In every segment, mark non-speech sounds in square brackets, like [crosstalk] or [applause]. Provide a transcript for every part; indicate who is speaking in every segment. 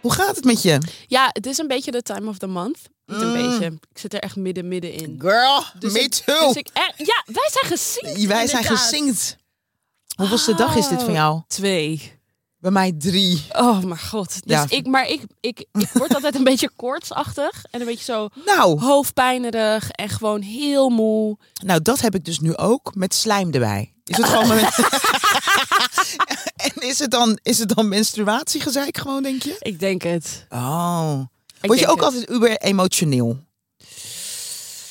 Speaker 1: Hoe gaat het met je?
Speaker 2: Ja, het is een beetje de time of the month. Niet een beetje. Ik zit er echt midden, midden in.
Speaker 1: Girl, Mm. me
Speaker 2: ik,
Speaker 1: too.
Speaker 2: dus ik, eh, ja, wij zijn gezien.
Speaker 1: Wij zijn gezinkt. Hoeveelste dag is
Speaker 2: Oh.
Speaker 1: dit van jou?
Speaker 2: Twee.
Speaker 1: Bij mij drie.
Speaker 2: Oh mijn god. Dus
Speaker 1: Ja.
Speaker 2: ik, maar ik, ik, ik
Speaker 1: [laughs]
Speaker 2: word altijd een beetje koortsachtig. En een beetje zo
Speaker 1: Nou,
Speaker 2: hoofdpijnerig. En gewoon heel moe.
Speaker 1: nou, dat heb ik dus nu ook met slijm erbij. Is het gewoon
Speaker 2: [laughs]
Speaker 1: met... En is het, dan, is het dan menstruatiegezeik gewoon, denk je?
Speaker 2: Ik denk het.
Speaker 1: Oh.
Speaker 2: Ik
Speaker 1: Word je
Speaker 2: denk
Speaker 1: ook
Speaker 2: het.
Speaker 1: altijd uber emotioneel?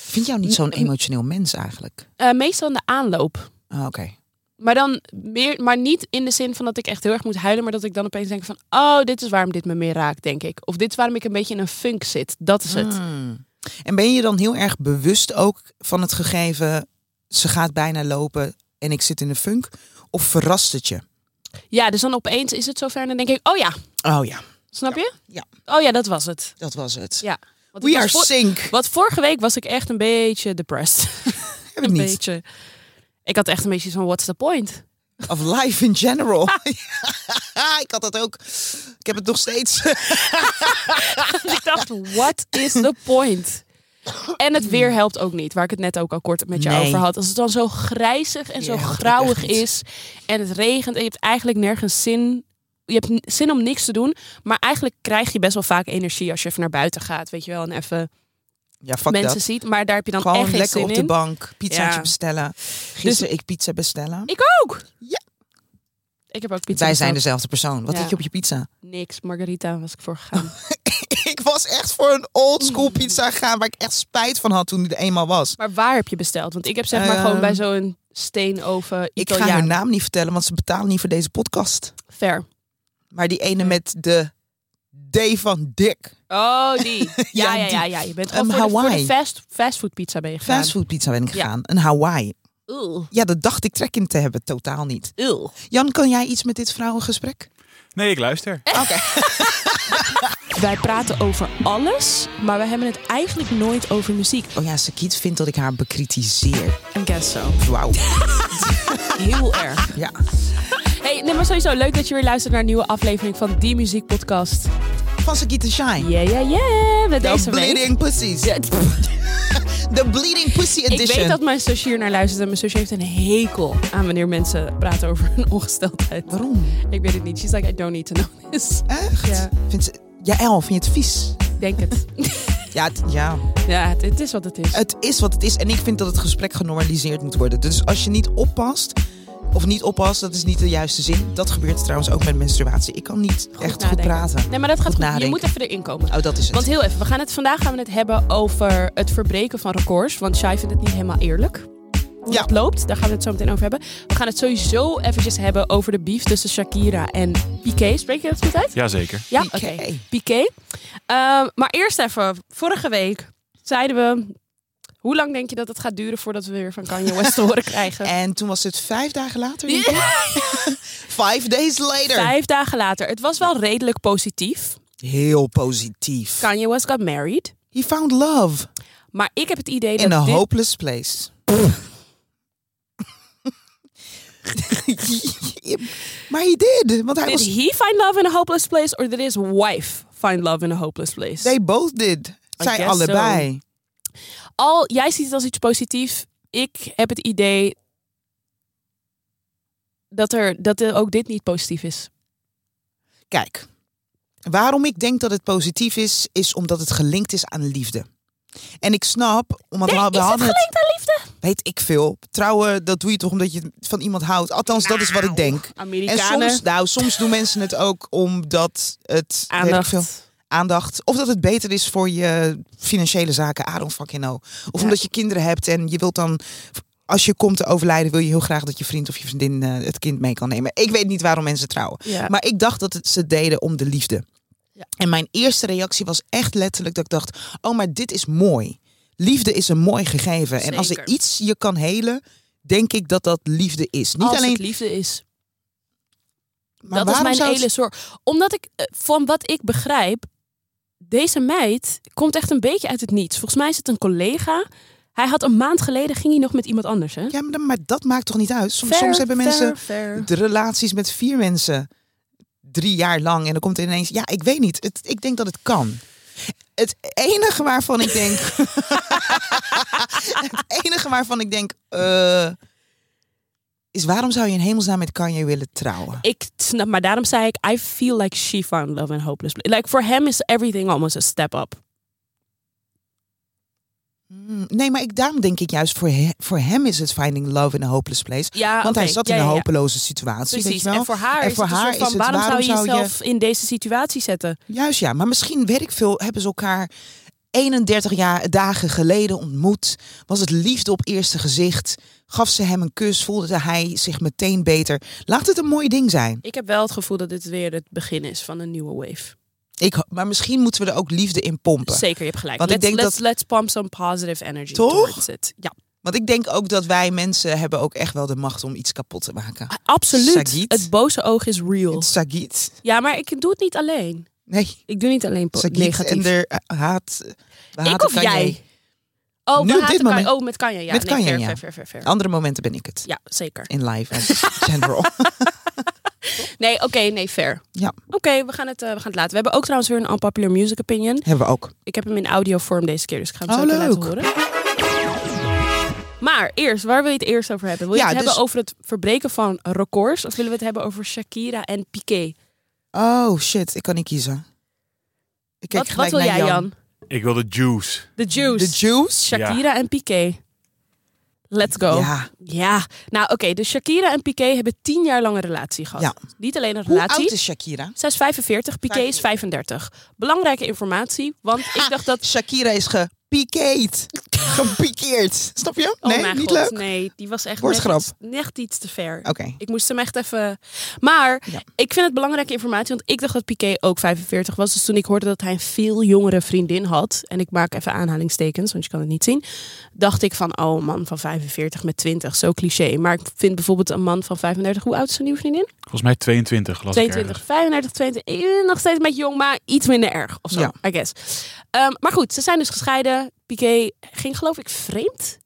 Speaker 1: Vind jou niet zo'n emotioneel mens eigenlijk?
Speaker 2: Eh, meestal in de aanloop.
Speaker 1: Ah, Oké.
Speaker 2: Maar dan meer, maar niet in de zin van dat ik echt heel erg moet huilen, maar dat ik dan opeens denk van, oh, dit is waarom dit me meer raakt, denk ik. Of dit is waarom ik een beetje in een funk zit. Dat is het.
Speaker 1: Hmm. En ben je dan heel erg bewust ook van het gegeven, ze gaat bijna lopen en ik zit in de funk? Of verrast het je?
Speaker 2: Ja, dus dan opeens is het zover en dan denk ik, oh ja,
Speaker 1: Oh ja,
Speaker 2: snap je?
Speaker 1: Ja.
Speaker 2: Oh ja, dat was het.
Speaker 1: dat was het.
Speaker 2: Ja. Want ik
Speaker 1: We
Speaker 2: was
Speaker 1: are
Speaker 2: voor- [laughs]
Speaker 1: sync.
Speaker 2: Want vorige week was ik echt een beetje depressed.
Speaker 1: Heb ik
Speaker 2: een
Speaker 1: niet.
Speaker 2: beetje. Ik had echt een beetje zo'n what's the point? [laughs]
Speaker 1: Of life in general. [laughs] ik had dat ook. Ik heb het nog steeds. [laughs]
Speaker 2: Dus ik dacht, what is the point? En het weer helpt ook niet, waar ik het net ook al kort met je
Speaker 1: Nee.
Speaker 2: over had. Als het dan zo grijzig en
Speaker 1: Weer
Speaker 2: zo
Speaker 1: helpt ook
Speaker 2: grauwig
Speaker 1: echt niet.
Speaker 2: is en het regent en je hebt eigenlijk nergens zin. Je hebt n- zin om niks te doen, maar eigenlijk krijg je best wel vaak energie als je even naar buiten gaat, weet je wel, en even
Speaker 1: Ja, fuck
Speaker 2: mensen
Speaker 1: dat.
Speaker 2: ziet. Maar daar heb je dan
Speaker 1: Gewoon
Speaker 2: echt geen
Speaker 1: lekker
Speaker 2: zin
Speaker 1: op de
Speaker 2: in.
Speaker 1: bank, pizzaatje
Speaker 2: Ja. Dus
Speaker 1: bestellen. Gisteren ik pizza bestellen.
Speaker 2: Ik ook.
Speaker 1: Ja.
Speaker 2: Ik heb ook pizza.
Speaker 1: Wij zijn dus-
Speaker 2: besteld.
Speaker 1: dezelfde persoon. Wat
Speaker 2: Ja.
Speaker 1: had je op je pizza? [laughs]
Speaker 2: niks. Margarita was ik voor gegaan.
Speaker 1: ik was echt voor een old school pizza gegaan waar ik echt spijt van had toen die er eenmaal was.
Speaker 2: maar waar heb je besteld? Want ik heb zeg maar gewoon
Speaker 1: Ehm,
Speaker 2: bij zo'n steenoven
Speaker 1: Ik ga haar
Speaker 2: Italiaan.
Speaker 1: naam niet vertellen, want ze betalen niet voor deze podcast.
Speaker 2: Ver.
Speaker 1: Maar die ene met de D van Dick. [laughs]
Speaker 2: Oh, die. Ja, ja, ja,
Speaker 1: die.
Speaker 2: ja, Je bent gewoon
Speaker 1: Ehm,
Speaker 2: voor, de, voor de
Speaker 1: Hawaii.
Speaker 2: fast, fastfood pizza ben je gegaan.
Speaker 1: Fastfood pizza ben ik
Speaker 2: Ja.
Speaker 1: gegaan. Een Hawaii.
Speaker 2: Ew.
Speaker 1: Ja, dat dacht ik trek in te hebben. Totaal niet.
Speaker 2: Ew.
Speaker 1: Jan, kan jij iets met dit vrouwengesprek?
Speaker 3: Nee, ik luister.
Speaker 2: Wij praten over alles, maar we hebben het eigenlijk nooit over muziek.
Speaker 1: Oh ja, Sakiet vindt dat ik haar bekritiseer.
Speaker 2: I guess so.
Speaker 1: Wauw.
Speaker 2: Heel erg.
Speaker 1: Ja.
Speaker 2: Hey, nee, maar sowieso leuk dat je weer luistert naar een nieuwe aflevering van Die Muziek Podcast.
Speaker 1: Van Sakiet en Shine.
Speaker 2: Yeah, yeah, yeah. Met
Speaker 1: De
Speaker 2: deze week.
Speaker 1: Bleeding Pussies. [laughs]
Speaker 2: Ja, [laughs] pff,
Speaker 1: De Bleeding Pussy
Speaker 2: ik
Speaker 1: Edition.
Speaker 2: weet dat mijn zusje hier naar luistert en mijn zusje heeft een hekel aan wanneer mensen praten over hun ongesteldheid.
Speaker 1: Waarom?
Speaker 2: Ik weet het niet. She's like, I don't need to know this.
Speaker 1: Echt?
Speaker 2: Ja.
Speaker 1: Vindt ze... Ja, El, vind je het vies?
Speaker 2: Ik denk het.
Speaker 1: Ja, het- ja,
Speaker 2: [laughs] Ja, het, het is wat het is.
Speaker 1: het is wat het is. En ik vind dat het gesprek genormaliseerd moet worden. Dus als je niet oppast, of niet oppast, dat is niet de juiste zin. Dat gebeurt trouwens ook met menstruatie. Ik kan niet echt goed
Speaker 2: nadenken.
Speaker 1: praten.
Speaker 2: Nee, maar dat gaat
Speaker 1: Goed
Speaker 2: goed. Je
Speaker 1: nadenken.
Speaker 2: moet even erin komen.
Speaker 1: Oh, dat is het.
Speaker 2: Want heel even, we gaan het vandaag gaan we het hebben over het verbreken van records. Want Shai vindt het niet helemaal eerlijk. Hoe
Speaker 1: Ja.
Speaker 2: dat loopt, daar gaan we het zo meteen over hebben. We gaan het sowieso eventjes hebben over de beef tussen Shakira en Piqué. Spreek je dat goed uit?
Speaker 3: Jazeker.
Speaker 2: Ja, oké.
Speaker 1: Piqué.
Speaker 2: Piqué. Ehm, maar eerst even, vorige week zeiden we... Hoe lang denk je dat het gaat duren voordat we weer van Kanye West te horen
Speaker 1: [laughs]
Speaker 2: krijgen?
Speaker 1: En toen was het vijf dagen later. denk ik.
Speaker 2: Ja.
Speaker 1: [laughs] Five days later.
Speaker 2: Vijf dagen later. Het was wel redelijk positief.
Speaker 1: Heel positief.
Speaker 2: Kanye West got married.
Speaker 1: He found love
Speaker 2: Maar ik heb het idee
Speaker 1: in
Speaker 2: dat
Speaker 1: a
Speaker 2: dit...
Speaker 1: hopeless
Speaker 2: [laughs]
Speaker 1: place. [laughs] maar hij did, want hij
Speaker 2: Did
Speaker 1: was...
Speaker 2: he find love in a hopeless place or did his wife find love in a hopeless place?
Speaker 1: They both did. Zij
Speaker 2: guess
Speaker 1: allebei.
Speaker 2: Al, jij ziet het als iets positiefs. Ik heb het idee dat, er, dat er ook dit niet positief is.
Speaker 1: Kijk, waarom ik denk dat het positief is, is omdat het gelinkt is aan liefde. En ik snap, omdat we,
Speaker 2: Nee,
Speaker 1: we
Speaker 2: is het
Speaker 1: hadden het,
Speaker 2: gelinkt aan liefde?
Speaker 1: weet ik veel. Trouwen, dat doe je toch omdat je van iemand houdt. Althans, dat is wat ik denk. En
Speaker 2: Nou, Amerikanen,
Speaker 1: soms, nou, soms doen mensen het ook omdat het weet ik
Speaker 2: aandacht.
Speaker 1: veel, aandacht. Of dat het beter is voor je financiële zaken. I don't fucking know. Of
Speaker 2: Ja.
Speaker 1: omdat je kinderen hebt en je wilt dan. Als je komt te overlijden, wil je heel graag dat je vriend of je vriendin eh, het kind mee kan nemen. Ik weet niet waarom mensen trouwen.
Speaker 2: Ja.
Speaker 1: Maar ik dacht dat het ze deden om de liefde.
Speaker 2: Ja.
Speaker 1: En mijn eerste reactie was echt letterlijk dat ik dacht: oh, maar dit is mooi. Liefde is een mooi gegeven. En als er
Speaker 2: Zeker.
Speaker 1: iets je kan helen, denk ik dat dat liefde is. Niet
Speaker 2: als
Speaker 1: alleen.
Speaker 2: het liefde is.
Speaker 1: maar
Speaker 2: dat is
Speaker 1: waarom
Speaker 2: mijn
Speaker 1: zou het-
Speaker 2: hele zorg. Omdat ik, eh, van wat ik begrijp, deze meid komt echt een beetje uit het niets. Volgens mij is het een collega. Hij had een maand geleden, ging hij nog met iemand anders, hè?
Speaker 1: Ja, maar, dan- maar dat maakt toch niet uit? Soms,
Speaker 2: Fair,
Speaker 1: soms hebben mensen
Speaker 2: fair, fair.
Speaker 1: de relaties met vier mensen. drie jaar lang. En dan komt er ineens, ja, ik weet niet. Het, ik denk dat het kan. Het enige waarvan ik denk. [laughs] het enige waarvan ik denk. eh, is waarom zou je in hemelsnaam met Kanye willen trouwen?
Speaker 2: Ik snap, maar daarom zei ik, I feel like she found love in hopeless. Bla- Like, for him is everything almost a step up.
Speaker 1: Hmm, Nee, maar ik, daarom denk ik juist voor, he- voor hem is het finding love in a hopeless place.
Speaker 2: Ja,
Speaker 1: Want hij
Speaker 2: oké.
Speaker 1: zat
Speaker 2: Ja,
Speaker 1: in
Speaker 2: ja,
Speaker 1: een
Speaker 2: ja.
Speaker 1: hopeloze situatie. Weet
Speaker 2: Precies.
Speaker 1: je wel?
Speaker 2: En voor haar
Speaker 1: En
Speaker 2: is
Speaker 1: voor
Speaker 2: het een
Speaker 1: haar
Speaker 2: soort van,
Speaker 1: is het,
Speaker 2: waarom, zou je
Speaker 1: waarom zou je-
Speaker 2: jezelf in deze situatie zetten?
Speaker 1: Juist ja, maar misschien weet ik veel, hebben ze elkaar 31 jaar, dagen geleden ontmoet. Was het liefde op eerste gezicht. Gaf ze hem een kus, voelde hij zich meteen beter. Laat het een mooi ding zijn.
Speaker 2: Ik heb wel het gevoel dat dit weer het begin is van een nieuwe wave.
Speaker 1: Ik, ho- maar misschien moeten we er ook liefde in pompen.
Speaker 2: Zeker, je hebt gelijk.
Speaker 1: Want ik
Speaker 2: let's,
Speaker 1: denk
Speaker 2: let's, let's pump some positive energy
Speaker 1: Toch?
Speaker 2: towards it. Ja,
Speaker 1: Want ik denk ook dat wij mensen hebben ook echt wel de macht om iets kapot te
Speaker 2: Ah,
Speaker 1: maken.
Speaker 2: absoluut.
Speaker 1: Sagitt.
Speaker 2: Het boze oog is real.
Speaker 1: Sagiet.
Speaker 2: Ja, maar ik doe het niet alleen.
Speaker 1: Nee,
Speaker 2: Ik doe niet alleen po-
Speaker 1: Sagiet
Speaker 2: negatief.
Speaker 1: en de haat. we
Speaker 2: ik
Speaker 1: haten
Speaker 2: of
Speaker 1: Kanye.
Speaker 2: jij? Oh,
Speaker 1: Nu
Speaker 2: we
Speaker 1: op
Speaker 2: haten
Speaker 1: dit
Speaker 2: Kanye.
Speaker 1: moment.
Speaker 2: Oh, met Kanye. Ja,
Speaker 1: Met
Speaker 2: nee,
Speaker 1: Kanye,
Speaker 2: fair,
Speaker 1: ja.
Speaker 2: fair, fair, fair, fair.
Speaker 1: Andere momenten ben ik het.
Speaker 2: Ja, zeker.
Speaker 1: In live
Speaker 2: [laughs]
Speaker 1: en general.
Speaker 2: Nee, oké, nee, fair.
Speaker 1: Ja.
Speaker 2: Oké, we, gaan het, eh, we gaan het laten. We hebben ook trouwens weer een unpopular music opinion.
Speaker 1: Hebben we ook.
Speaker 2: Ik heb hem in audiovorm deze keer, dus ik ga hem zo
Speaker 1: Oh,
Speaker 2: even laten
Speaker 1: leuk.
Speaker 2: horen. Maar eerst, waar wil je het eerst over hebben? Wil je
Speaker 1: Ja,
Speaker 2: het hebben
Speaker 1: dus-
Speaker 2: over het verbreken van records? Of willen we het hebben over Shakira en Piqué?
Speaker 1: Oh shit, ik kan niet kiezen. Ik kijk
Speaker 2: Wat, wat
Speaker 1: gelijk
Speaker 2: wil
Speaker 1: naar
Speaker 2: jij, Jan?
Speaker 3: Ik wil de juice.
Speaker 2: The Juice.
Speaker 1: De juice?
Speaker 2: Shakira en Piqué. Let's go.
Speaker 1: Ja.
Speaker 2: Ja. Nou, oké. dus Shakira en Piqué hebben tien jaar lang een relatie gehad.
Speaker 1: Ja.
Speaker 2: Niet alleen een
Speaker 1: Hoe
Speaker 2: relatie.
Speaker 1: oud is Shakira?
Speaker 2: Zij is 45, Piqué is 35. Belangrijke informatie, want ik dacht dat...
Speaker 1: Shakira is gepikeerd.
Speaker 2: [laughs]
Speaker 1: Gepikeerd. Snap je?
Speaker 2: Oh
Speaker 1: nee,
Speaker 2: mijn
Speaker 1: niet
Speaker 2: god,
Speaker 1: leuk.
Speaker 2: nee. Die was echt net
Speaker 1: Woordgrap.
Speaker 2: iets, net iets te ver.
Speaker 1: Oké.
Speaker 2: Ik moest hem echt even... Maar
Speaker 1: Ja.
Speaker 2: ik vind het belangrijke informatie, want ik dacht dat Piqué ook 45 was. Dus toen ik hoorde dat hij een veel jongere vriendin had... en ik maak even aanhalingstekens, want je kan het niet zien... dacht ik van, oh man, van 45 met 20, zo cliché. Maar ik vind bijvoorbeeld een man van 35... Hoe oud is zijn nieuwe vriendin?
Speaker 3: Volgens mij 22 las
Speaker 2: 22,
Speaker 3: ik
Speaker 2: 35, 20. eh, Nog steeds een beetje jong, maar iets minder erg of zo,
Speaker 1: Ja.
Speaker 2: I guess. Ehm, maar goed, ze zijn dus gescheiden. Piqué ging geloof ik vreemd.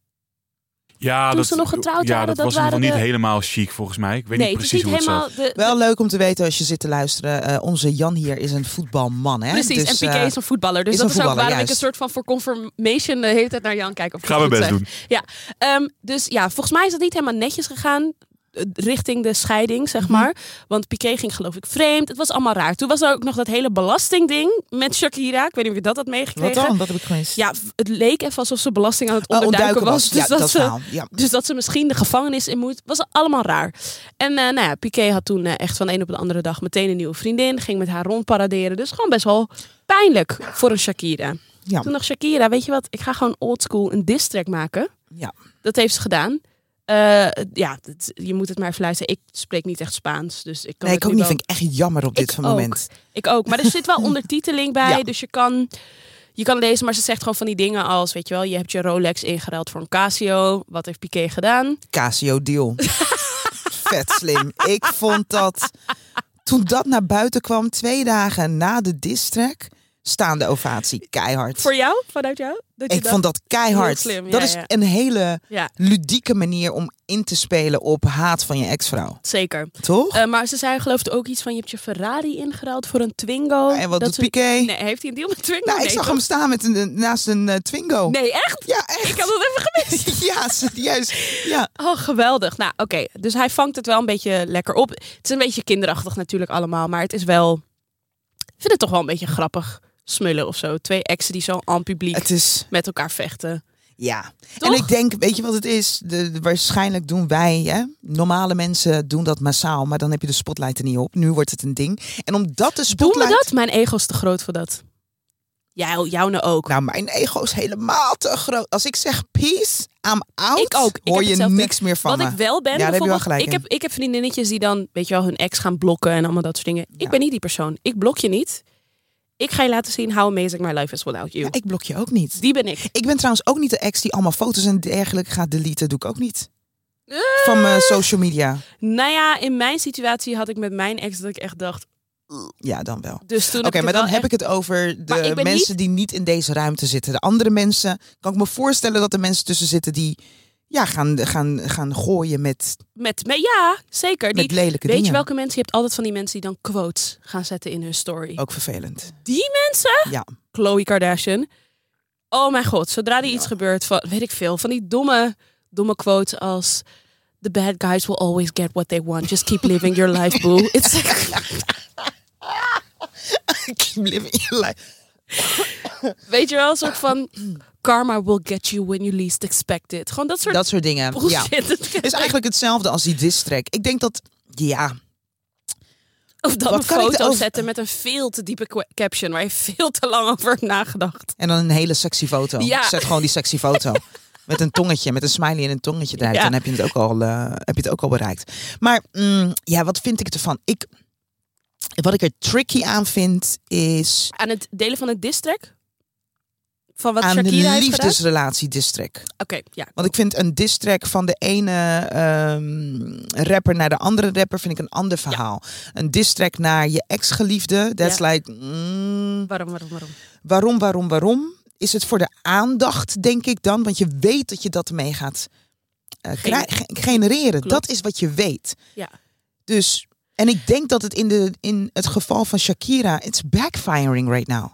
Speaker 3: Ja,
Speaker 2: Toen
Speaker 3: dat,
Speaker 2: ze nog getrouwd
Speaker 3: ja,
Speaker 2: waren,
Speaker 3: dat
Speaker 2: dat
Speaker 3: was nog
Speaker 2: waren
Speaker 3: niet
Speaker 2: de-
Speaker 3: helemaal chic volgens mij. Ik weet
Speaker 2: nee,
Speaker 3: niet
Speaker 2: het is
Speaker 3: precies
Speaker 2: niet
Speaker 3: hoe het
Speaker 2: helemaal...
Speaker 3: zat.
Speaker 2: De, de-
Speaker 1: Wel leuk om te weten als je zit te luisteren. eh, onze Jan hier is een voetbalman. Hè?
Speaker 2: precies,
Speaker 1: Dus,
Speaker 2: en Piqué
Speaker 1: eh,
Speaker 2: is een voetballer. Dus
Speaker 1: is
Speaker 2: dat
Speaker 1: een
Speaker 2: is ook
Speaker 1: voetballer,
Speaker 2: waarom ik een
Speaker 1: juist.
Speaker 2: soort van voor confirmation eh, de hele tijd naar Jan kijk. Of
Speaker 3: Ik
Speaker 2: ik
Speaker 3: ga
Speaker 2: het
Speaker 3: mijn
Speaker 2: goed
Speaker 3: best
Speaker 2: zeg.
Speaker 3: doen.
Speaker 2: Ehm, dus ja, volgens mij is dat niet helemaal netjes gegaan eh, richting de scheiding, zeg
Speaker 1: Mhm.
Speaker 2: maar. Want Piqué ging geloof ik vreemd. Het was allemaal raar. Toen was er ook nog dat hele belastingding met Shakira. Ik weet niet of je dat had
Speaker 1: Wat
Speaker 2: meegekregen.
Speaker 1: dan? Wat heb ik gemist?
Speaker 2: Ja, v- het leek even alsof ze belasting aan het
Speaker 1: Oh,
Speaker 2: onderduiken, was.
Speaker 1: Ja,
Speaker 2: Dus,
Speaker 1: dat,
Speaker 2: dat ze,
Speaker 1: verhaal. Ja.
Speaker 2: dus dat ze misschien de gevangenis in moet. Was allemaal raar. En eh, nou ja, Piqué had toen eh, echt van de een op de andere dag meteen een nieuwe vriendin. Ging met haar rondparaderen. Dus gewoon best wel pijnlijk voor een Shakira.
Speaker 1: Ja.
Speaker 2: Toen dacht Shakira, weet je wat? Ik ga gewoon oldschool een diss track maken.
Speaker 1: Ja.
Speaker 2: Dat heeft ze gedaan. Eh, ja, dat- je moet het maar even luisteren. Ik spreek niet echt Spaans, dus ik kan
Speaker 1: Nee,
Speaker 2: het
Speaker 1: ik ook
Speaker 2: nu
Speaker 1: niet.
Speaker 2: wel-
Speaker 1: Vind ik echt jammer op dit
Speaker 2: Ik
Speaker 1: van
Speaker 2: ook.
Speaker 1: moment.
Speaker 2: ik ook. Maar er zit
Speaker 1: [laughs]
Speaker 2: wel ondertiteling bij.
Speaker 1: Ja.
Speaker 2: Dus je kan, je kan lezen. Maar ze zegt gewoon van die dingen als, weet je wel, je hebt je Rolex ingeruild voor een Casio. Wat heeft Piqué gedaan?
Speaker 1: Casio deal. Vet slim. Ik vond dat toen dat naar buiten kwam, twee dagen na de distrack, staande ovatie keihard.
Speaker 2: Voor jou? Vanuit jou? Dat je
Speaker 1: Ik
Speaker 2: dacht-
Speaker 1: vond dat keihard.
Speaker 2: heel slim, ja,
Speaker 1: dat is
Speaker 2: ja.
Speaker 1: een hele
Speaker 2: Ja,
Speaker 1: ludieke manier om in te spelen op haat van je ex-vrouw.
Speaker 2: zeker.
Speaker 1: Toch?
Speaker 2: Eh, maar ze zei geloof ik ook iets van, je hebt je Ferrari ingeruild voor een Twingo.
Speaker 1: en wat
Speaker 2: Oh, dat
Speaker 1: doet
Speaker 2: soort-
Speaker 1: Piqué?
Speaker 2: Nee, heeft hij een deal met Twingo?
Speaker 1: nou, ik
Speaker 2: Nee,
Speaker 1: zag
Speaker 2: toch?
Speaker 1: hem staan met een, naast een eh, Twingo.
Speaker 2: Nee, echt?
Speaker 1: Ja, echt. [laughs]
Speaker 2: Ik had dat even gemist.
Speaker 1: ja, serieus. Ja.
Speaker 2: Oh, geweldig. Nou, oké. Dus hij vangt het wel een beetje lekker op. Het is een beetje kinderachtig natuurlijk allemaal, maar het is wel... Ik vind het toch wel een beetje grappig smullen of zo. Twee exen die zo aan publiek
Speaker 1: Het is,
Speaker 2: met elkaar vechten.
Speaker 1: ja.
Speaker 2: Toch?
Speaker 1: En ik denk, weet je wat het is? De, de- waarschijnlijk doen wij, hè? normale mensen doen dat massaal, maar dan heb je de spotlight er niet op. Nu wordt het een ding. En omdat de
Speaker 2: Doen we
Speaker 1: spotlight...
Speaker 2: dat? Mijn ego is te groot voor dat. Jou, jou nou ook.
Speaker 1: Nou, mijn ego is helemaal te groot. Als ik zeg peace, I'm out,
Speaker 2: Ik ook. Ik
Speaker 1: hoor
Speaker 2: heb
Speaker 1: je
Speaker 2: hetzelfde.
Speaker 1: niks meer van
Speaker 2: Wat
Speaker 1: me.
Speaker 2: ik wel ben,
Speaker 1: Ja, daar heb je wel
Speaker 2: bijvoorbeeld,
Speaker 1: gelijk
Speaker 2: ik,
Speaker 1: in.
Speaker 2: heb, ik heb vriendinnetjes die dan, weet je wel, hun ex gaan blokken en allemaal dat soort dingen. Ik
Speaker 1: Ja.
Speaker 2: ben niet die persoon. Ik blok je niet. Ik ga je laten zien how amazing my life is without you.
Speaker 1: Ja, ik blok je ook niet.
Speaker 2: Die ben ik.
Speaker 1: Ik ben trouwens ook niet de ex die allemaal foto's en dergelijke gaat deleten. Doe ik ook niet. Van mijn social media.
Speaker 2: Nou ja, in mijn situatie had ik met mijn ex dat ik echt dacht.
Speaker 1: Ja, dan wel.
Speaker 2: Dus toen.
Speaker 1: Oké, maar dan heb ik het over
Speaker 2: Maar
Speaker 1: de
Speaker 2: ik ben
Speaker 1: mensen die niet in deze ruimte zitten. De andere mensen, kan ik me voorstellen dat er mensen tussen zitten die ja, gaan, gaan, gaan gooien met,
Speaker 2: Met, met, ja, zeker. Die,
Speaker 1: met lelijke
Speaker 2: weet je
Speaker 1: dingen.
Speaker 2: welke mensen? Je hebt altijd van die mensen die dan quotes gaan zetten in hun story.
Speaker 1: Ook vervelend.
Speaker 2: Die mensen? [laughs]
Speaker 1: Ja.
Speaker 2: Khloe Kardashian. Oh mijn god, zodra er iets gebeurt van, weet ik veel, van die domme, domme quotes als... The bad guys will always get what they want. Just keep living your life,
Speaker 1: [laughs]
Speaker 2: boo. It's like-
Speaker 1: Keep living your life.
Speaker 2: weet je wel, een soort van... Karma will get you when you least expect it. Gewoon dat soort
Speaker 1: Dat soort dingen. Ja.
Speaker 2: bullshit. [laughs]
Speaker 1: Het is eigenlijk hetzelfde als die diss track. Ik denk dat, ja,
Speaker 2: Of dan
Speaker 1: Wat
Speaker 2: een
Speaker 1: kan ik
Speaker 2: foto
Speaker 1: erover-
Speaker 2: zetten met een veel te diepe qua- caption... waar je veel te lang over hebt nagedacht.
Speaker 1: en dan een hele sexy foto.
Speaker 2: Ja.
Speaker 1: Zet gewoon die sexy
Speaker 2: [laughs]
Speaker 1: foto. Met een tongetje, met een smiley en een tongetje eruit.
Speaker 2: Ja.
Speaker 1: Dan heb je, het ook al, eh, heb je het ook al bereikt. Maar mm, ja, wat vind ik ervan? Ik, wat ik er tricky aan vind, is
Speaker 2: Aan het delen van een diss-track? Van wat
Speaker 1: aan
Speaker 2: Shakira
Speaker 1: de
Speaker 2: heeft gedaan? Oké,
Speaker 1: liefdesrelatie diss track.
Speaker 2: ja.
Speaker 1: Want ik vind een diss track van de ene ehm, rapper naar de andere rapper vind ik een ander verhaal. Een diss track naar je ex-geliefde, that's like, mm,
Speaker 2: Waarom, waarom, waarom?
Speaker 1: waarom, waarom, waarom? Is het voor de aandacht, denk ik dan? Want je weet dat je dat ermee gaat eh,
Speaker 2: Gener-
Speaker 1: kri- ge- genereren.
Speaker 2: Klopt.
Speaker 1: Dat is wat je weet.
Speaker 2: Ja.
Speaker 1: Dus, en ik denk dat het in, de, in het geval van Shakira, it's backfiring right now.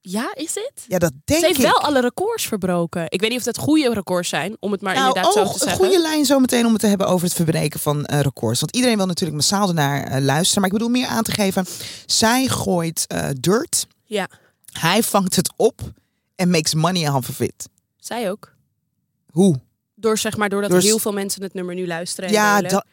Speaker 2: Ja, is het?
Speaker 1: Ja, dat denk
Speaker 2: Ze heeft
Speaker 1: ik.
Speaker 2: wel alle records verbroken. Ik weet niet of dat goede records zijn, om het maar
Speaker 1: Nou,
Speaker 2: inderdaad
Speaker 1: oh,
Speaker 2: zo te
Speaker 1: een
Speaker 2: zeggen.
Speaker 1: goede lijn zometeen om het te hebben over het verbreken van eh, records. Want iedereen wil natuurlijk massaal ernaar eh, luisteren. Maar ik bedoel meer aan te geven. Zij gooit eh, dirt.
Speaker 2: Ja,
Speaker 1: Hij vangt het op. En makes money out of it.
Speaker 2: zij ook.
Speaker 1: Hoe?
Speaker 2: Door zeg maar, doordat
Speaker 1: Door s-
Speaker 2: heel veel mensen het nummer nu luisteren. en
Speaker 1: Ja,
Speaker 2: delen.
Speaker 1: dat...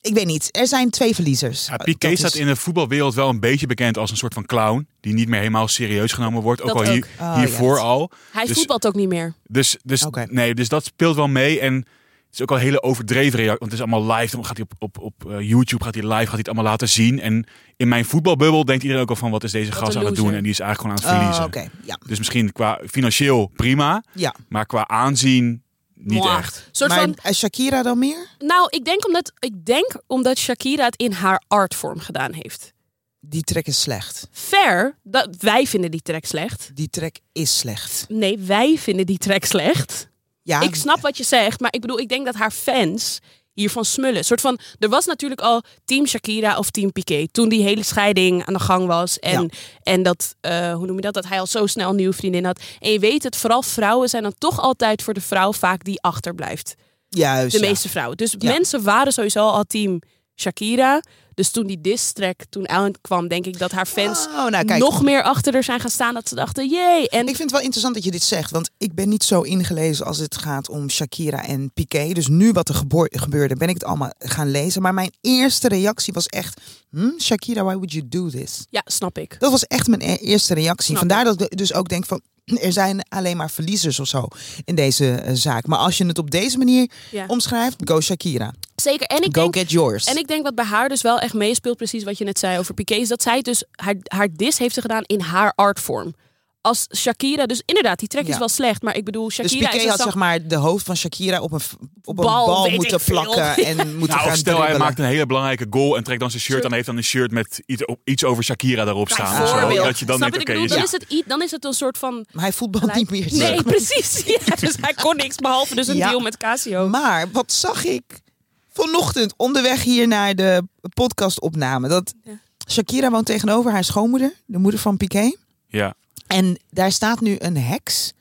Speaker 1: Ik weet niet. Er zijn twee verliezers.
Speaker 3: Ja,
Speaker 1: Eh,
Speaker 3: Piqué
Speaker 1: dat is-
Speaker 3: staat in de voetbalwereld wel een beetje bekend als een soort van clown. Die niet meer helemaal serieus genomen wordt. Ook
Speaker 2: Dat
Speaker 3: al
Speaker 2: ook.
Speaker 3: hier-
Speaker 1: Oh,
Speaker 3: hiervoor
Speaker 1: ja.
Speaker 3: al.
Speaker 2: Hij
Speaker 3: dus-
Speaker 2: voetbalt ook niet meer.
Speaker 3: Dus, dus,
Speaker 1: Oké.
Speaker 3: nee, dus dat speelt wel mee. En het is ook al een hele overdreven reactie. Want het is allemaal live. Dan gaat hij op, op, op eh, YouTube, gaat hij live, gaat hij het allemaal laten zien. En in mijn voetbalbubbel denkt iedereen ook al van... wat is deze
Speaker 2: Wat
Speaker 3: gast
Speaker 2: een
Speaker 3: aan het
Speaker 2: loser.
Speaker 3: doen? En die is eigenlijk gewoon aan het
Speaker 1: Oh,
Speaker 3: verliezen.
Speaker 1: Oké, ja.
Speaker 3: Dus misschien qua financieel prima.
Speaker 1: ja.
Speaker 3: Maar qua aanzien niet
Speaker 2: Mwah.
Speaker 3: echt.
Speaker 2: Een soort
Speaker 1: maar
Speaker 2: van,
Speaker 1: eh, Shakira dan meer?
Speaker 2: nou, ik denk, omdat, ik denk omdat Shakira het in haar artvorm gedaan heeft.
Speaker 1: Die track is slecht.
Speaker 2: Fair, dat, wij vinden die track slecht.
Speaker 1: Die track is slecht.
Speaker 2: Nee, wij vinden die track slecht.
Speaker 1: Ja,
Speaker 2: Ik snap wat je zegt, maar ik bedoel, ik denk dat haar fans hiervan smullen. Een soort van, er was natuurlijk al Team Shakira of Team Piqué toen die hele scheiding aan de gang was en
Speaker 1: Ja.
Speaker 2: en dat, eh, hoe noem je dat, dat hij al zo snel een nieuwe vriendin had. En je weet het, vooral vrouwen zijn dan toch altijd voor de vrouw vaak die achterblijft.
Speaker 1: juist.
Speaker 2: De
Speaker 1: ja.
Speaker 2: meeste vrouwen. Dus
Speaker 1: Ja.
Speaker 2: mensen waren sowieso al Team Shakira. Dus toen die diss track toen kwam, denk ik dat haar fans
Speaker 1: Oh, nou, kijk.
Speaker 2: nog meer achter er zijn gaan staan dat ze dachten, jee. En
Speaker 1: Ik vind het wel interessant dat je dit zegt, want ik ben niet zo ingelezen als het gaat om Shakira en Piqué. Dus nu wat er geboor- gebeurde, ben ik het allemaal gaan lezen. Maar mijn eerste reactie was echt, hm, Shakira, why would you do this?
Speaker 2: ja, snap ik.
Speaker 1: Dat was echt mijn e- eerste reactie.
Speaker 2: Snap
Speaker 1: Vandaar dat ik dus ook denk van, [clears throat] er zijn alleen maar verliezers of zo in deze eh, zaak. Maar als je het op deze manier
Speaker 2: Ja.
Speaker 1: omschrijft, go Shakira,
Speaker 2: Zeker. En ik
Speaker 1: go
Speaker 2: denk,
Speaker 1: get yours.
Speaker 2: En ik denk wat bij haar dus wel echt meespeelt, precies wat je net zei over Piqué, is dat zij dus haar, haar dis heeft ze gedaan in haar artvorm. Als Shakira, dus inderdaad, die track is
Speaker 1: Ja.
Speaker 2: wel slecht, maar ik bedoel,
Speaker 1: dus
Speaker 2: Shakira
Speaker 1: Piqué
Speaker 2: is
Speaker 1: had
Speaker 2: een
Speaker 1: zeg maar de hoofd van Shakira op een, f- op een
Speaker 2: Bal,
Speaker 1: bal,
Speaker 2: weet ik
Speaker 1: moeten
Speaker 2: veel.
Speaker 1: plakken
Speaker 2: [laughs]
Speaker 1: en moeten gaan
Speaker 3: Nou, of stel hij
Speaker 1: dribbelen.
Speaker 3: maakt een hele belangrijke goal en trekt dan zijn shirt
Speaker 2: Zo-
Speaker 3: aan. Heeft dan een shirt met iets, o- iets over Shakira daarop staan. of zo.
Speaker 2: voorbeeld.
Speaker 3: dat je dan
Speaker 2: Snap
Speaker 3: denkt,
Speaker 2: je?
Speaker 3: oké,
Speaker 2: ik bedoel, dan,
Speaker 3: is-
Speaker 2: is het, i- dan is het een soort van...
Speaker 1: Maar hij voetbalt [laughs] niet meer.
Speaker 2: Nee, precies. [laughs] Ja, dus hij kon niks, behalve dus een
Speaker 1: Ja.
Speaker 2: deal met Casio.
Speaker 1: Maar wat zag ik vanochtend onderweg hier naar de podcastopname? Dat
Speaker 2: Ja.
Speaker 1: Shakira woont tegenover haar schoonmoeder, de moeder van Piqué.
Speaker 3: ja.
Speaker 1: En daar staat nu een heks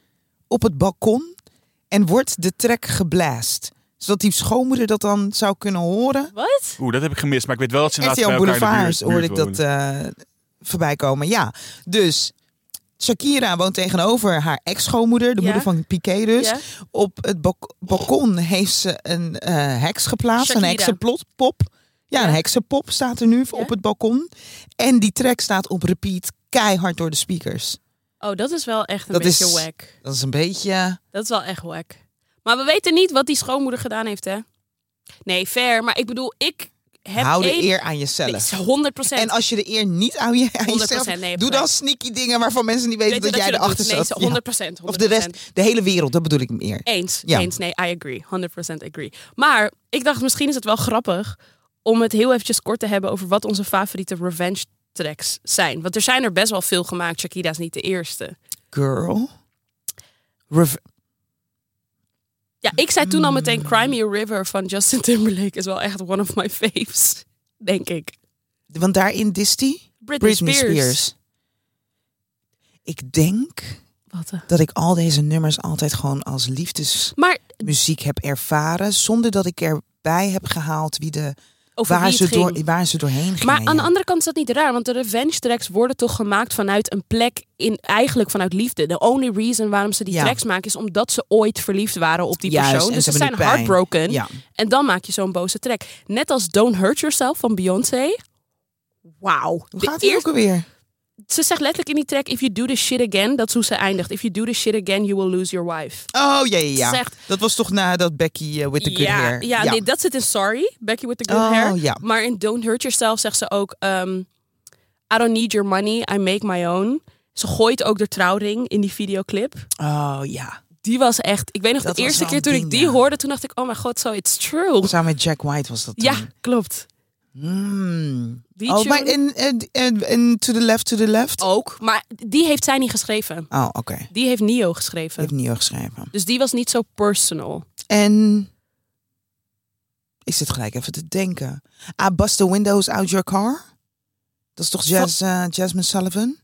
Speaker 1: op het balkon en wordt de trek geblaast. Zodat die schoonmoeder dat dan zou kunnen horen.
Speaker 2: Wat?
Speaker 3: Oeh, dat heb ik gemist. Maar ik weet wel dat ze inderdaad
Speaker 1: RTL
Speaker 3: bij elkaar in
Speaker 1: Boulevard
Speaker 3: de buurt-
Speaker 1: hoorde ik
Speaker 3: buurt
Speaker 1: dat
Speaker 3: wonen.
Speaker 1: eh, voorbij komen. Ja, dus Shakira woont tegenover haar ex-schoonmoeder, de
Speaker 2: Ja.
Speaker 1: moeder van Piqué dus.
Speaker 2: Ja.
Speaker 1: Op het bak- balkon heeft ze een eh, heks geplaatst,
Speaker 2: Shakira.
Speaker 1: een heksenpop. Ja,
Speaker 2: Ja.
Speaker 1: een heksenpop staat er nu
Speaker 2: Ja.
Speaker 1: op het balkon. En die track staat op repeat, keihard door de speakers.
Speaker 2: Oh, dat is wel echt een
Speaker 1: Dat
Speaker 2: beetje
Speaker 1: is-
Speaker 2: wack.
Speaker 1: Dat is een beetje...
Speaker 2: Dat is wel echt wack. Maar we weten niet wat die schoonmoeder gedaan heeft, hè? Nee, fair. Maar ik bedoel, ik heb
Speaker 1: hou de
Speaker 2: één-
Speaker 1: eer aan jezelf.
Speaker 2: Nee, 100
Speaker 1: en als je de eer niet aan, je, aan
Speaker 2: 100%
Speaker 1: jezelf...
Speaker 2: nee,
Speaker 1: doe dan
Speaker 2: gelijk.
Speaker 1: sneaky dingen waarvan mensen niet weten
Speaker 2: Weet je
Speaker 1: dat, jij
Speaker 2: je
Speaker 1: erachter
Speaker 2: doet?
Speaker 1: zat. Ja.
Speaker 2: Nee, 100 100
Speaker 1: Of de rest, de hele wereld, dat bedoel ik meer.
Speaker 2: Eens,
Speaker 1: Ja.
Speaker 2: eens. Nee, I agree. 100% agree. Maar ik dacht, misschien is het wel grappig om het heel eventjes kort te hebben over wat onze favoriete revenge tracks zijn. Want er zijn er best wel veel gemaakt. Shakira is niet de eerste.
Speaker 1: Girl. Rev-
Speaker 2: Ja, ik zei toen al meteen
Speaker 1: Mm.
Speaker 2: Cry Me a River van Justin Timberlake is wel echt one of my faves. [laughs] Denk ik.
Speaker 1: Want daarin dist die
Speaker 2: Britney,
Speaker 1: Britney Spears. Ik denk
Speaker 2: Wat een-
Speaker 1: dat ik al deze nummers altijd gewoon als liefdesmuziek
Speaker 2: Maar
Speaker 1: heb ervaren. Zonder dat ik erbij heb gehaald wie de,
Speaker 2: over
Speaker 1: waar,
Speaker 2: wie
Speaker 1: ze
Speaker 2: het ging.
Speaker 1: door, waar ze doorheen gingen.
Speaker 2: Maar aan de
Speaker 1: ja.
Speaker 2: andere kant is dat niet raar, want de revenge tracks worden toch gemaakt vanuit een plek in eigenlijk vanuit liefde. The only reason waarom ze die
Speaker 1: Ja.
Speaker 2: tracks maken is omdat ze ooit verliefd waren op die
Speaker 1: Juist,
Speaker 2: persoon.
Speaker 1: en
Speaker 2: Dus
Speaker 1: ze
Speaker 2: ze,
Speaker 1: hebben
Speaker 2: zijn
Speaker 1: nu pijn.
Speaker 2: heartbroken
Speaker 1: Ja.
Speaker 2: en dan maak je zo'n boze track. Net als Don't Hurt Yourself van Beyoncé. Wauw.
Speaker 1: Hoe
Speaker 2: De
Speaker 1: gaat die ook alweer?
Speaker 2: Ze zegt letterlijk in die track: If you do this shit again, dat is hoe ze eindigt. If you do this shit again, you will lose your wife.
Speaker 1: Oh ja, ja,
Speaker 2: Ze
Speaker 1: ja.
Speaker 2: zegt-
Speaker 1: Dat was toch na dat Becky eh, with the good
Speaker 2: ja,
Speaker 1: hair.
Speaker 2: Ja, nee, dat zit in Sorry, Becky with the Good
Speaker 1: Oh,
Speaker 2: Hair.
Speaker 1: ja.
Speaker 2: Maar in Don't Hurt Yourself zegt ze ook... ehm, I don't need your money, I make my own. Ze gooit ook de trouwring in die videoclip.
Speaker 1: Oh ja.
Speaker 2: Die was echt... Ik weet nog,
Speaker 1: Dat
Speaker 2: de
Speaker 1: was
Speaker 2: eerste
Speaker 1: wel
Speaker 2: keer
Speaker 1: een
Speaker 2: toen ik
Speaker 1: ding,
Speaker 2: die
Speaker 1: ja.
Speaker 2: hoorde, toen dacht ik... Oh mijn god, so it's true.
Speaker 1: Samen met Jack White was dat
Speaker 2: Ja,
Speaker 1: toen.
Speaker 2: klopt.
Speaker 1: Hmm.
Speaker 2: Die
Speaker 1: Oh,
Speaker 2: tune
Speaker 1: maar en, en, en, en To the Left, To the Left? Oh,
Speaker 2: ook. Maar die heeft zij niet geschreven.
Speaker 1: oké. Okay.
Speaker 2: Die heeft Nio geschreven.
Speaker 1: Heeft Nio geschreven.
Speaker 2: Dus die was niet zo personal. [laughs]
Speaker 1: En... Ik zit gelijk even te denken. Ah, Bust the Windows Out Your Car? Dat is toch Jas- eh, Jasmine Sullivan?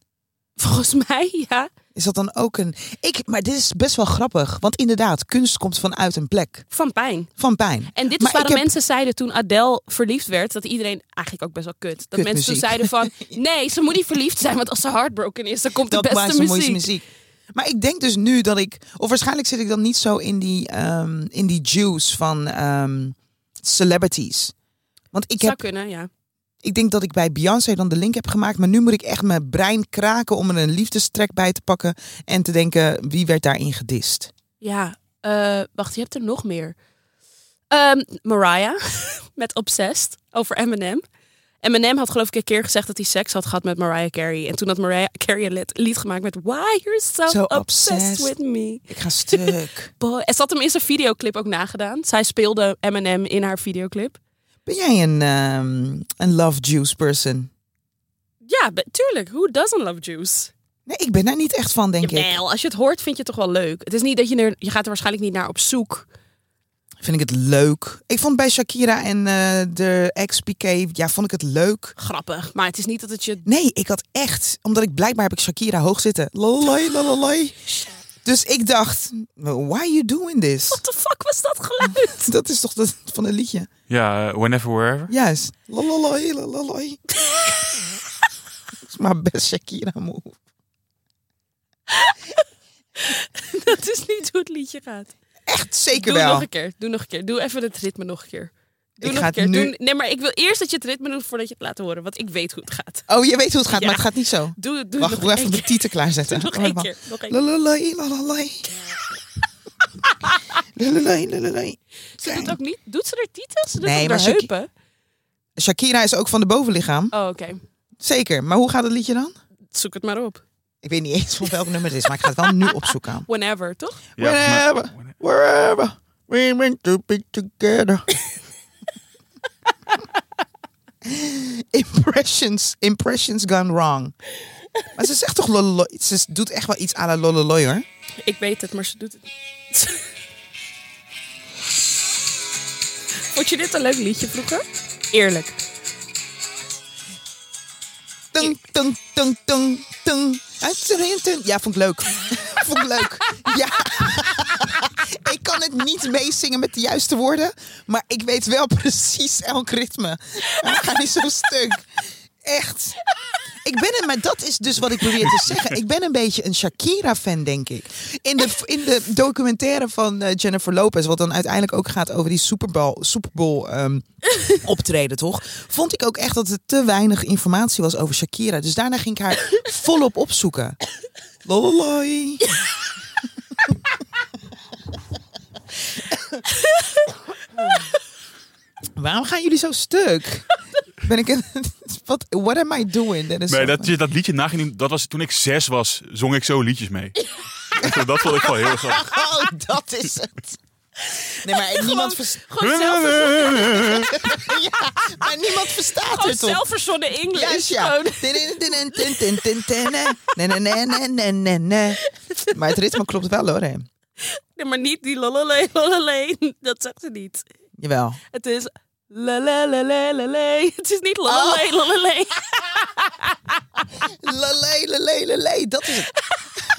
Speaker 2: Volgens mij, ja.
Speaker 1: Is dat dan ook een... Ik, maar dit is best wel grappig. Want inderdaad, kunst komt vanuit een plek.
Speaker 2: Van pijn.
Speaker 1: Van pijn.
Speaker 2: En dit is
Speaker 1: Maar
Speaker 2: waarom
Speaker 1: ik heb-
Speaker 2: mensen zeiden toen Adele verliefd werd, dat iedereen eigenlijk ook best wel kut. Dat mensen toen
Speaker 1: muziek.
Speaker 2: zeiden
Speaker 1: [laughs]
Speaker 2: van, nee, ze moet niet verliefd zijn, want als ze heartbroken is, dan komt
Speaker 1: dat
Speaker 2: de
Speaker 1: maakt
Speaker 2: beste
Speaker 1: ze mooiste
Speaker 2: muziek.
Speaker 1: muziek. Maar ik denk dus nu dat ik, of waarschijnlijk zit ik dan niet zo in die, ehm, in die juice van ehm, celebrities. Want ik,
Speaker 2: Zou
Speaker 1: heb,
Speaker 2: kunnen, ja.
Speaker 1: ik denk dat ik bij Beyoncé dan de link heb gemaakt. Maar nu moet ik echt mijn brein kraken om er een liefdestrek bij te pakken. En te denken, wie werd daarin gedist?
Speaker 2: Ja, eh, wacht, je hebt er nog meer. Ehm, Mariah, [laughs] met Obsessed, over Eminem. Eminem had geloof ik een keer gezegd dat hij seks had gehad met Mariah Carey. En toen had Mariah Carey een lied, lied gemaakt met Why You're So,
Speaker 1: So
Speaker 2: obsessed
Speaker 1: obsessed.
Speaker 2: With Me.
Speaker 1: Ik ga
Speaker 2: [laughs]
Speaker 1: stuk.
Speaker 2: Boy. En ze had hem in zijn videoclip ook nagedaan. Zij speelde Eminem in haar videoclip.
Speaker 1: ben jij een, ehm, een love juice person?
Speaker 2: Ja, be- tuurlijk. Who doesn't love juice?
Speaker 1: Nee, ik ben daar niet echt van, denk ik.
Speaker 2: Jawel, als je het hoort, vind je het toch wel leuk. Het is niet dat je er, je gaat er waarschijnlijk niet naar op zoek.
Speaker 1: Vind ik het leuk. Ik vond bij Shakira en eh, de ex-PK, ja, vond ik het leuk.
Speaker 2: Grappig, maar het is niet dat het je. [laughs]
Speaker 1: Nee, ik had echt, omdat ik blijkbaar heb ik Shakira hoog zitten. Lalai, lalai. Dus ik dacht, why are you doing this?
Speaker 2: What the fuck was dat geluid? [laughs]
Speaker 1: Dat is toch dat van een liedje?
Speaker 3: Ja, eh, Whenever Wherever.
Speaker 1: Juist. Lalai, lalai. [laughs] Dat is maar best Shakira move.
Speaker 2: dat is niet hoe het liedje gaat.
Speaker 1: Echt zeker
Speaker 2: Doe
Speaker 1: wel.
Speaker 2: nog een keer. Doe nog een keer. Doe even het ritme nog een keer. Doe
Speaker 1: Ik
Speaker 2: nog
Speaker 1: ga
Speaker 2: een keer.
Speaker 1: het nu-
Speaker 2: Doe- nee, maar ik wil eerst dat je het ritme doet voordat je het laat horen, want ik weet hoe het gaat.
Speaker 1: Oh, je weet hoe het gaat,
Speaker 2: Ja.
Speaker 1: maar het gaat niet zo.
Speaker 2: Doe het. Doe het
Speaker 1: Wacht, ik
Speaker 2: nog
Speaker 1: wil even
Speaker 2: één
Speaker 1: de
Speaker 2: keer.
Speaker 1: titel
Speaker 2: Doe
Speaker 1: klaarzetten.
Speaker 2: nog
Speaker 1: Wacht
Speaker 2: één
Speaker 1: even.
Speaker 2: keer. Nog één keer.
Speaker 1: Lalai,
Speaker 2: [laughs]
Speaker 1: lalai. Lalai, lalai.
Speaker 2: Ze doet ook niet. Doet ze er titels? Ze doet
Speaker 1: Nee,
Speaker 2: nee,
Speaker 1: maar
Speaker 2: haar
Speaker 1: ze-
Speaker 2: heupen.
Speaker 1: Shakira is ook van de bovenlichaam.
Speaker 2: Oh, oké.
Speaker 1: Zeker. Maar hoe gaat het liedje dan?
Speaker 2: Zoek het maar op.
Speaker 1: Ik weet niet eens van welk nummer het is, maar ik ga het wel nu opzoeken.
Speaker 2: Whenever, toch?
Speaker 3: Ja, maar-
Speaker 1: Whenever, wherever, we meant to be together. impressions, impressions gone wrong. Maar ze zegt toch lololoi? Ze doet echt wel iets à la lololoi hoor.
Speaker 2: Ik weet het, maar ze doet het niet. Vond je dit een leuk liedje vroeger? Eerlijk.
Speaker 1: Tung, tung, tung, tung, tung. Ja, vond ik leuk. [laughs] vond ik leuk. Ja. [laughs] ik kan het niet meezingen met de juiste woorden, maar ik weet wel [laughs] precies elk ritme. En ik ga niet zo stuk. Echt. Ik ben een, maar dat is dus wat ik probeer te zeggen. Ik ben een beetje een Shakira-fan, denk ik. In de, in de documentaire van eh, Jennifer Lopez, wat dan uiteindelijk ook gaat over die Super Bowl, Super Bowl ehm, optreden, toch? Vond ik ook echt dat er te weinig informatie was over Shakira. Dus daarna ging ik [laughs] haar volop opzoeken. Lololoi. [laughs] Waarom gaan jullie zo stuk? Ben ik een... What, what am I doing? Dennis?
Speaker 3: Nee, dat, je dat liedje naging, doen, dat was toen ik zes was, zong ik zo liedjes
Speaker 2: [laughs]
Speaker 3: mee. dat vond ik wel heel grappig.
Speaker 1: Oh, dat is het. Nee, [laughs] maar niemand, vers-
Speaker 2: Gewoon, zelf,
Speaker 1: [laughs] ja, maar niemand verstaat
Speaker 2: gewoon
Speaker 1: het toch?
Speaker 2: Oh, zelfverzonnen Engels.
Speaker 1: Juist, ja.
Speaker 2: Gewoon.
Speaker 1: Nee, nee, nee, nee, nee, nee. Maar het ritme klopt wel hoor. hè.
Speaker 2: Nee, maar niet die lalale, lalale. Dat zegt ze niet.
Speaker 1: Jawel.
Speaker 2: Het is lalalalalale. Het is niet lalale, lalale.
Speaker 1: Lalé, lalé, lalé. Dat is het.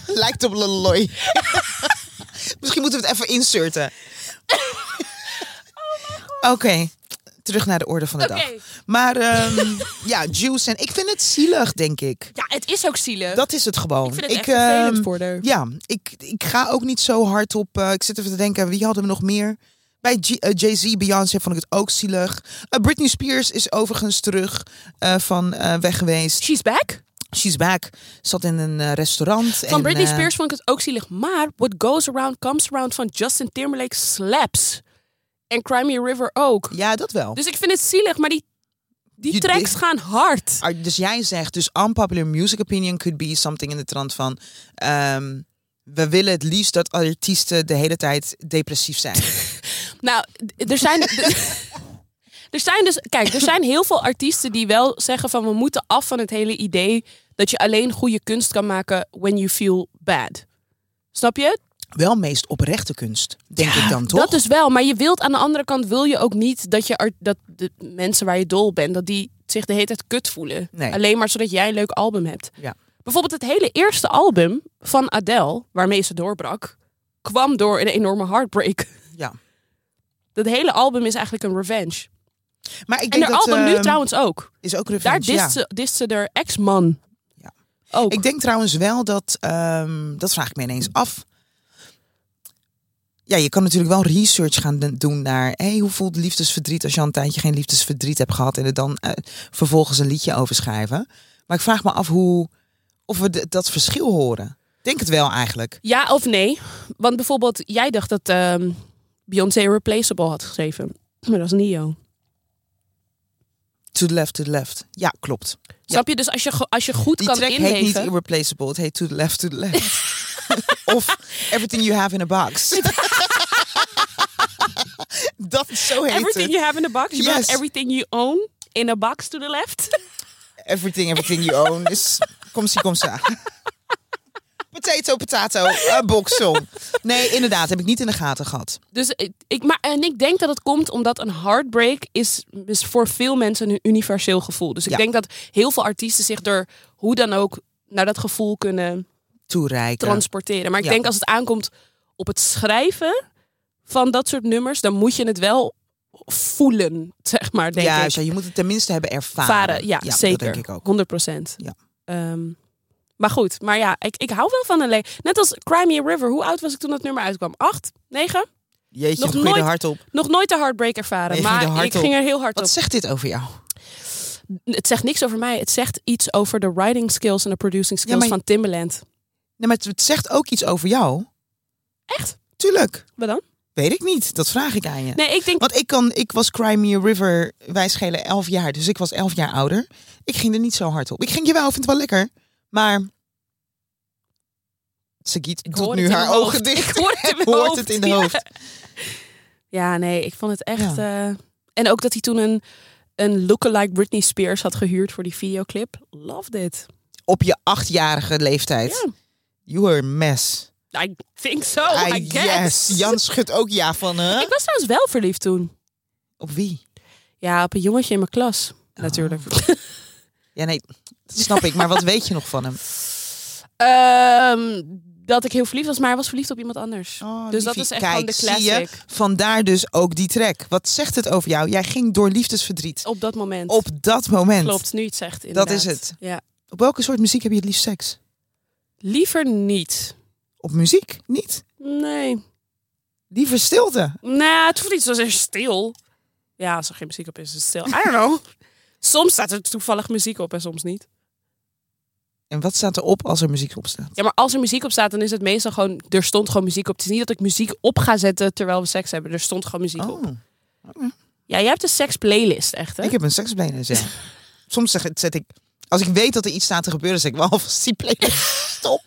Speaker 1: Lijkt op laloi. Misschien moeten we het even inserten. Oké. Terug naar de orde van de
Speaker 2: Oké.
Speaker 1: dag. Maar ehm, ja, juice en ik vind het zielig, denk ik.
Speaker 2: Ja, het is ook zielig.
Speaker 1: Dat is het gewoon.
Speaker 2: ik vind het echt vervelend
Speaker 1: ehm,
Speaker 2: voor haar.
Speaker 1: Ja, ik, ik ga ook niet zo hard op. eh, ik zit even te denken, wie hadden we nog meer? Bij G- eh, Jay-Z, Beyoncé vond ik het ook zielig. Eh, Britney Spears is overigens terug eh, van eh, weg geweest.
Speaker 2: She's back.
Speaker 1: She's back. Zat in een eh, restaurant.
Speaker 2: Van
Speaker 1: en,
Speaker 2: Britney
Speaker 1: eh,
Speaker 2: Spears vond ik het ook zielig. Maar What Goes Around Comes Around van Justin Timberlake slaps. En Crimey River ook.
Speaker 1: ja, dat wel.
Speaker 2: Dus ik vind het zielig, maar die, die
Speaker 1: Je-
Speaker 2: tracks
Speaker 1: dit-
Speaker 2: gaan hard.
Speaker 1: Ah, Dus, jij zegt, dus unpopular music opinion could be something in de trant van... ehm, we willen het liefst dat artiesten de hele tijd depressief
Speaker 2: [laughs]
Speaker 1: zijn.
Speaker 2: Nou, d- er zijn. d-
Speaker 1: [laughs]
Speaker 2: Er zijn dus, kijk, er zijn heel veel artiesten die wel zeggen van we moeten af van het hele idee dat je alleen goede kunst kan maken when you feel bad. Snap je?
Speaker 1: wel meest oprechte kunst, denk ik dan toch?
Speaker 2: Dat dus wel, maar je wilt aan de andere kant wil je ook niet dat je art- dat de mensen waar je dol bent, dat die zich de hele tijd kut voelen.
Speaker 1: Nee.
Speaker 2: Alleen maar zodat jij een leuk album hebt.
Speaker 1: Ja.
Speaker 2: Bijvoorbeeld het hele eerste album van Adele, waarmee ze doorbrak, kwam door een enorme heartbreak. [laughs]
Speaker 1: ja.
Speaker 2: Dat hele album is eigenlijk een revenge.
Speaker 1: Maar ik
Speaker 2: En
Speaker 1: denk
Speaker 2: haar
Speaker 1: dat,
Speaker 2: album nu
Speaker 1: ehm,
Speaker 2: trouwens ook.
Speaker 1: Is ook revenge,
Speaker 2: Daar dist,
Speaker 1: ja.
Speaker 2: ze, dist ze haar ex-man.
Speaker 1: Ja.
Speaker 2: Ook.
Speaker 1: Ik denk trouwens wel dat, ehm, dat vraag ik me ineens af. Ja, je kan natuurlijk wel research gaan d- doen naar hey, hoe voelt liefdesverdriet als je al een tijdje geen liefdesverdriet hebt gehad en er dan eh, vervolgens een liedje over schrijven. Maar ik vraag me af hoe, of we d- dat verschil horen. Denk het wel eigenlijk.
Speaker 2: Ja of nee? Want bijvoorbeeld, jij dacht dat ehm, Beyoncé Replaceable had geschreven. [clears throat] Maar dat is niet jou.
Speaker 1: To the left, to the left. Ja, klopt.
Speaker 2: Snap je? Dus als je, go- als je goed
Speaker 1: Die
Speaker 2: kan
Speaker 1: track heet niet
Speaker 2: inleven...
Speaker 1: Irreplaceable, het heet To the left, to the [laughs] left. of Everything You Have in a Box. [laughs] dat zo heet het.
Speaker 2: everything you have in a box. Je
Speaker 1: Yes.
Speaker 2: bedoelt everything you own in a box to the left. [laughs]
Speaker 1: Everything, everything you own is komsi komsa. Potato, potato, a box song. Nee, inderdaad, heb ik niet in de gaten gehad.
Speaker 2: dus ik, ik- maar, en ik denk dat het komt omdat een heartbreak is, is voor veel mensen een universeel gevoel. Dus ik
Speaker 1: Ja.
Speaker 2: denk dat heel veel artiesten zich door hoe dan ook naar dat gevoel kunnen...
Speaker 1: Toereiken.
Speaker 2: transporteren. Maar ik
Speaker 1: Ja.
Speaker 2: denk als het aankomt op het schrijven van dat soort nummers, dan moet je het wel voelen, zeg maar, denk
Speaker 1: ja,
Speaker 2: ik.
Speaker 1: zo, je moet het tenminste hebben ervaren.
Speaker 2: Varen, ja, zeker.
Speaker 1: Dat denk ik ook.
Speaker 2: 100 procent. Ehm,
Speaker 1: Ja.
Speaker 2: maar goed, maar ja, ik, ik hou wel van een le- Net als Crimea River, hoe oud was ik toen dat nummer uitkwam? Acht? Negen?
Speaker 1: Jeetje,
Speaker 2: Nog
Speaker 1: gooi je
Speaker 2: nooit-
Speaker 1: er hard op.
Speaker 2: Nog nooit de heartbreak ervaren,
Speaker 1: Nee, je ging
Speaker 2: maar
Speaker 1: er hard
Speaker 2: ik
Speaker 1: op.
Speaker 2: ging er heel hard
Speaker 1: Wat
Speaker 2: op.
Speaker 1: zegt dit over jou?
Speaker 2: Het zegt niks over mij, het zegt iets over de writing skills en de producing skills
Speaker 1: maar-
Speaker 2: van Timbaland.
Speaker 1: Nee, maar het, het zegt ook iets over jou.
Speaker 2: Echt?
Speaker 1: Tuurlijk.
Speaker 2: Wat dan?
Speaker 1: Weet ik niet. Dat vraag ik aan je.
Speaker 2: Nee, ik denk
Speaker 1: Want ik, kan, ik was Crimea River, wij schelen 11 jaar, dus ik was 11 jaar ouder. Ik ging er niet zo hard op. Ik ging je wel, ik vind het wel lekker. Maar. Sagiet
Speaker 2: Ik
Speaker 1: doet
Speaker 2: hoor
Speaker 1: nu
Speaker 2: het in
Speaker 1: haar
Speaker 2: mijn
Speaker 1: ogen
Speaker 2: hoofd.
Speaker 1: dicht.
Speaker 2: Ik hoor
Speaker 1: [laughs]
Speaker 2: het in mijn
Speaker 1: hoort
Speaker 2: hoofd.
Speaker 1: het in de
Speaker 2: Ja.
Speaker 1: hoofd.
Speaker 2: Ja, nee, ik vond het echt. eh, en ook dat hij toen een, een lookalike Britney Spears had gehuurd voor die videoclip. Love dit.
Speaker 1: Op je achtjarige leeftijd.
Speaker 2: Ja.
Speaker 1: You were a mess.
Speaker 2: I think so,
Speaker 1: Ah,
Speaker 2: I, guess.
Speaker 1: Yes. Jan schudt ook ja van. hè?
Speaker 2: Ik was trouwens wel verliefd toen.
Speaker 1: Op wie?
Speaker 2: Ja, op een jongetje in mijn klas.
Speaker 1: Ah.
Speaker 2: Natuurlijk. [laughs]
Speaker 1: Ja, nee, dat snap ik. Maar wat weet je nog van
Speaker 2: [laughs]
Speaker 1: hem?
Speaker 2: Ehm, dat ik heel verliefd was, maar hij was verliefd op iemand anders.
Speaker 1: Oh,
Speaker 2: dus dat
Speaker 1: liefie.
Speaker 2: is echt
Speaker 1: Kijk,
Speaker 2: gewoon de
Speaker 1: zie je?
Speaker 2: classic.
Speaker 1: Vandaar dus ook die track. Wat zegt het over jou? Jij ging door liefdesverdriet.
Speaker 2: Op dat moment.
Speaker 1: Op dat moment.
Speaker 2: Oh, Klopt, nu het zegt inderdaad.
Speaker 1: is het.
Speaker 2: Ja.
Speaker 1: Op welke soort muziek heb je het liefst seks?
Speaker 2: Liever niet.
Speaker 1: Op muziek? Niet.
Speaker 2: Nee.
Speaker 1: Liever stilte.
Speaker 2: Nou, het hoeft niet zozeer stil. Ja, als er geen muziek op is, is het stil. I don't [laughs] know. soms staat er toevallig muziek op en soms niet.
Speaker 1: En wat staat er op als er muziek op staat?
Speaker 2: Ja, maar als er muziek op staat, dan is het meestal gewoon... Er stond gewoon muziek op. Het is niet dat ik muziek op ga zetten terwijl we seks hebben. Er stond gewoon muziek op.
Speaker 1: Oh,
Speaker 2: Ja, jij hebt een seksplaylist, echt, hè?
Speaker 1: ik heb een seksplaylist,
Speaker 2: [laughs]
Speaker 1: ja. Soms zeg, zet ik... Als ik weet dat er iets staat te gebeuren, zeg ik wel [laughs] alvast die playlist stop.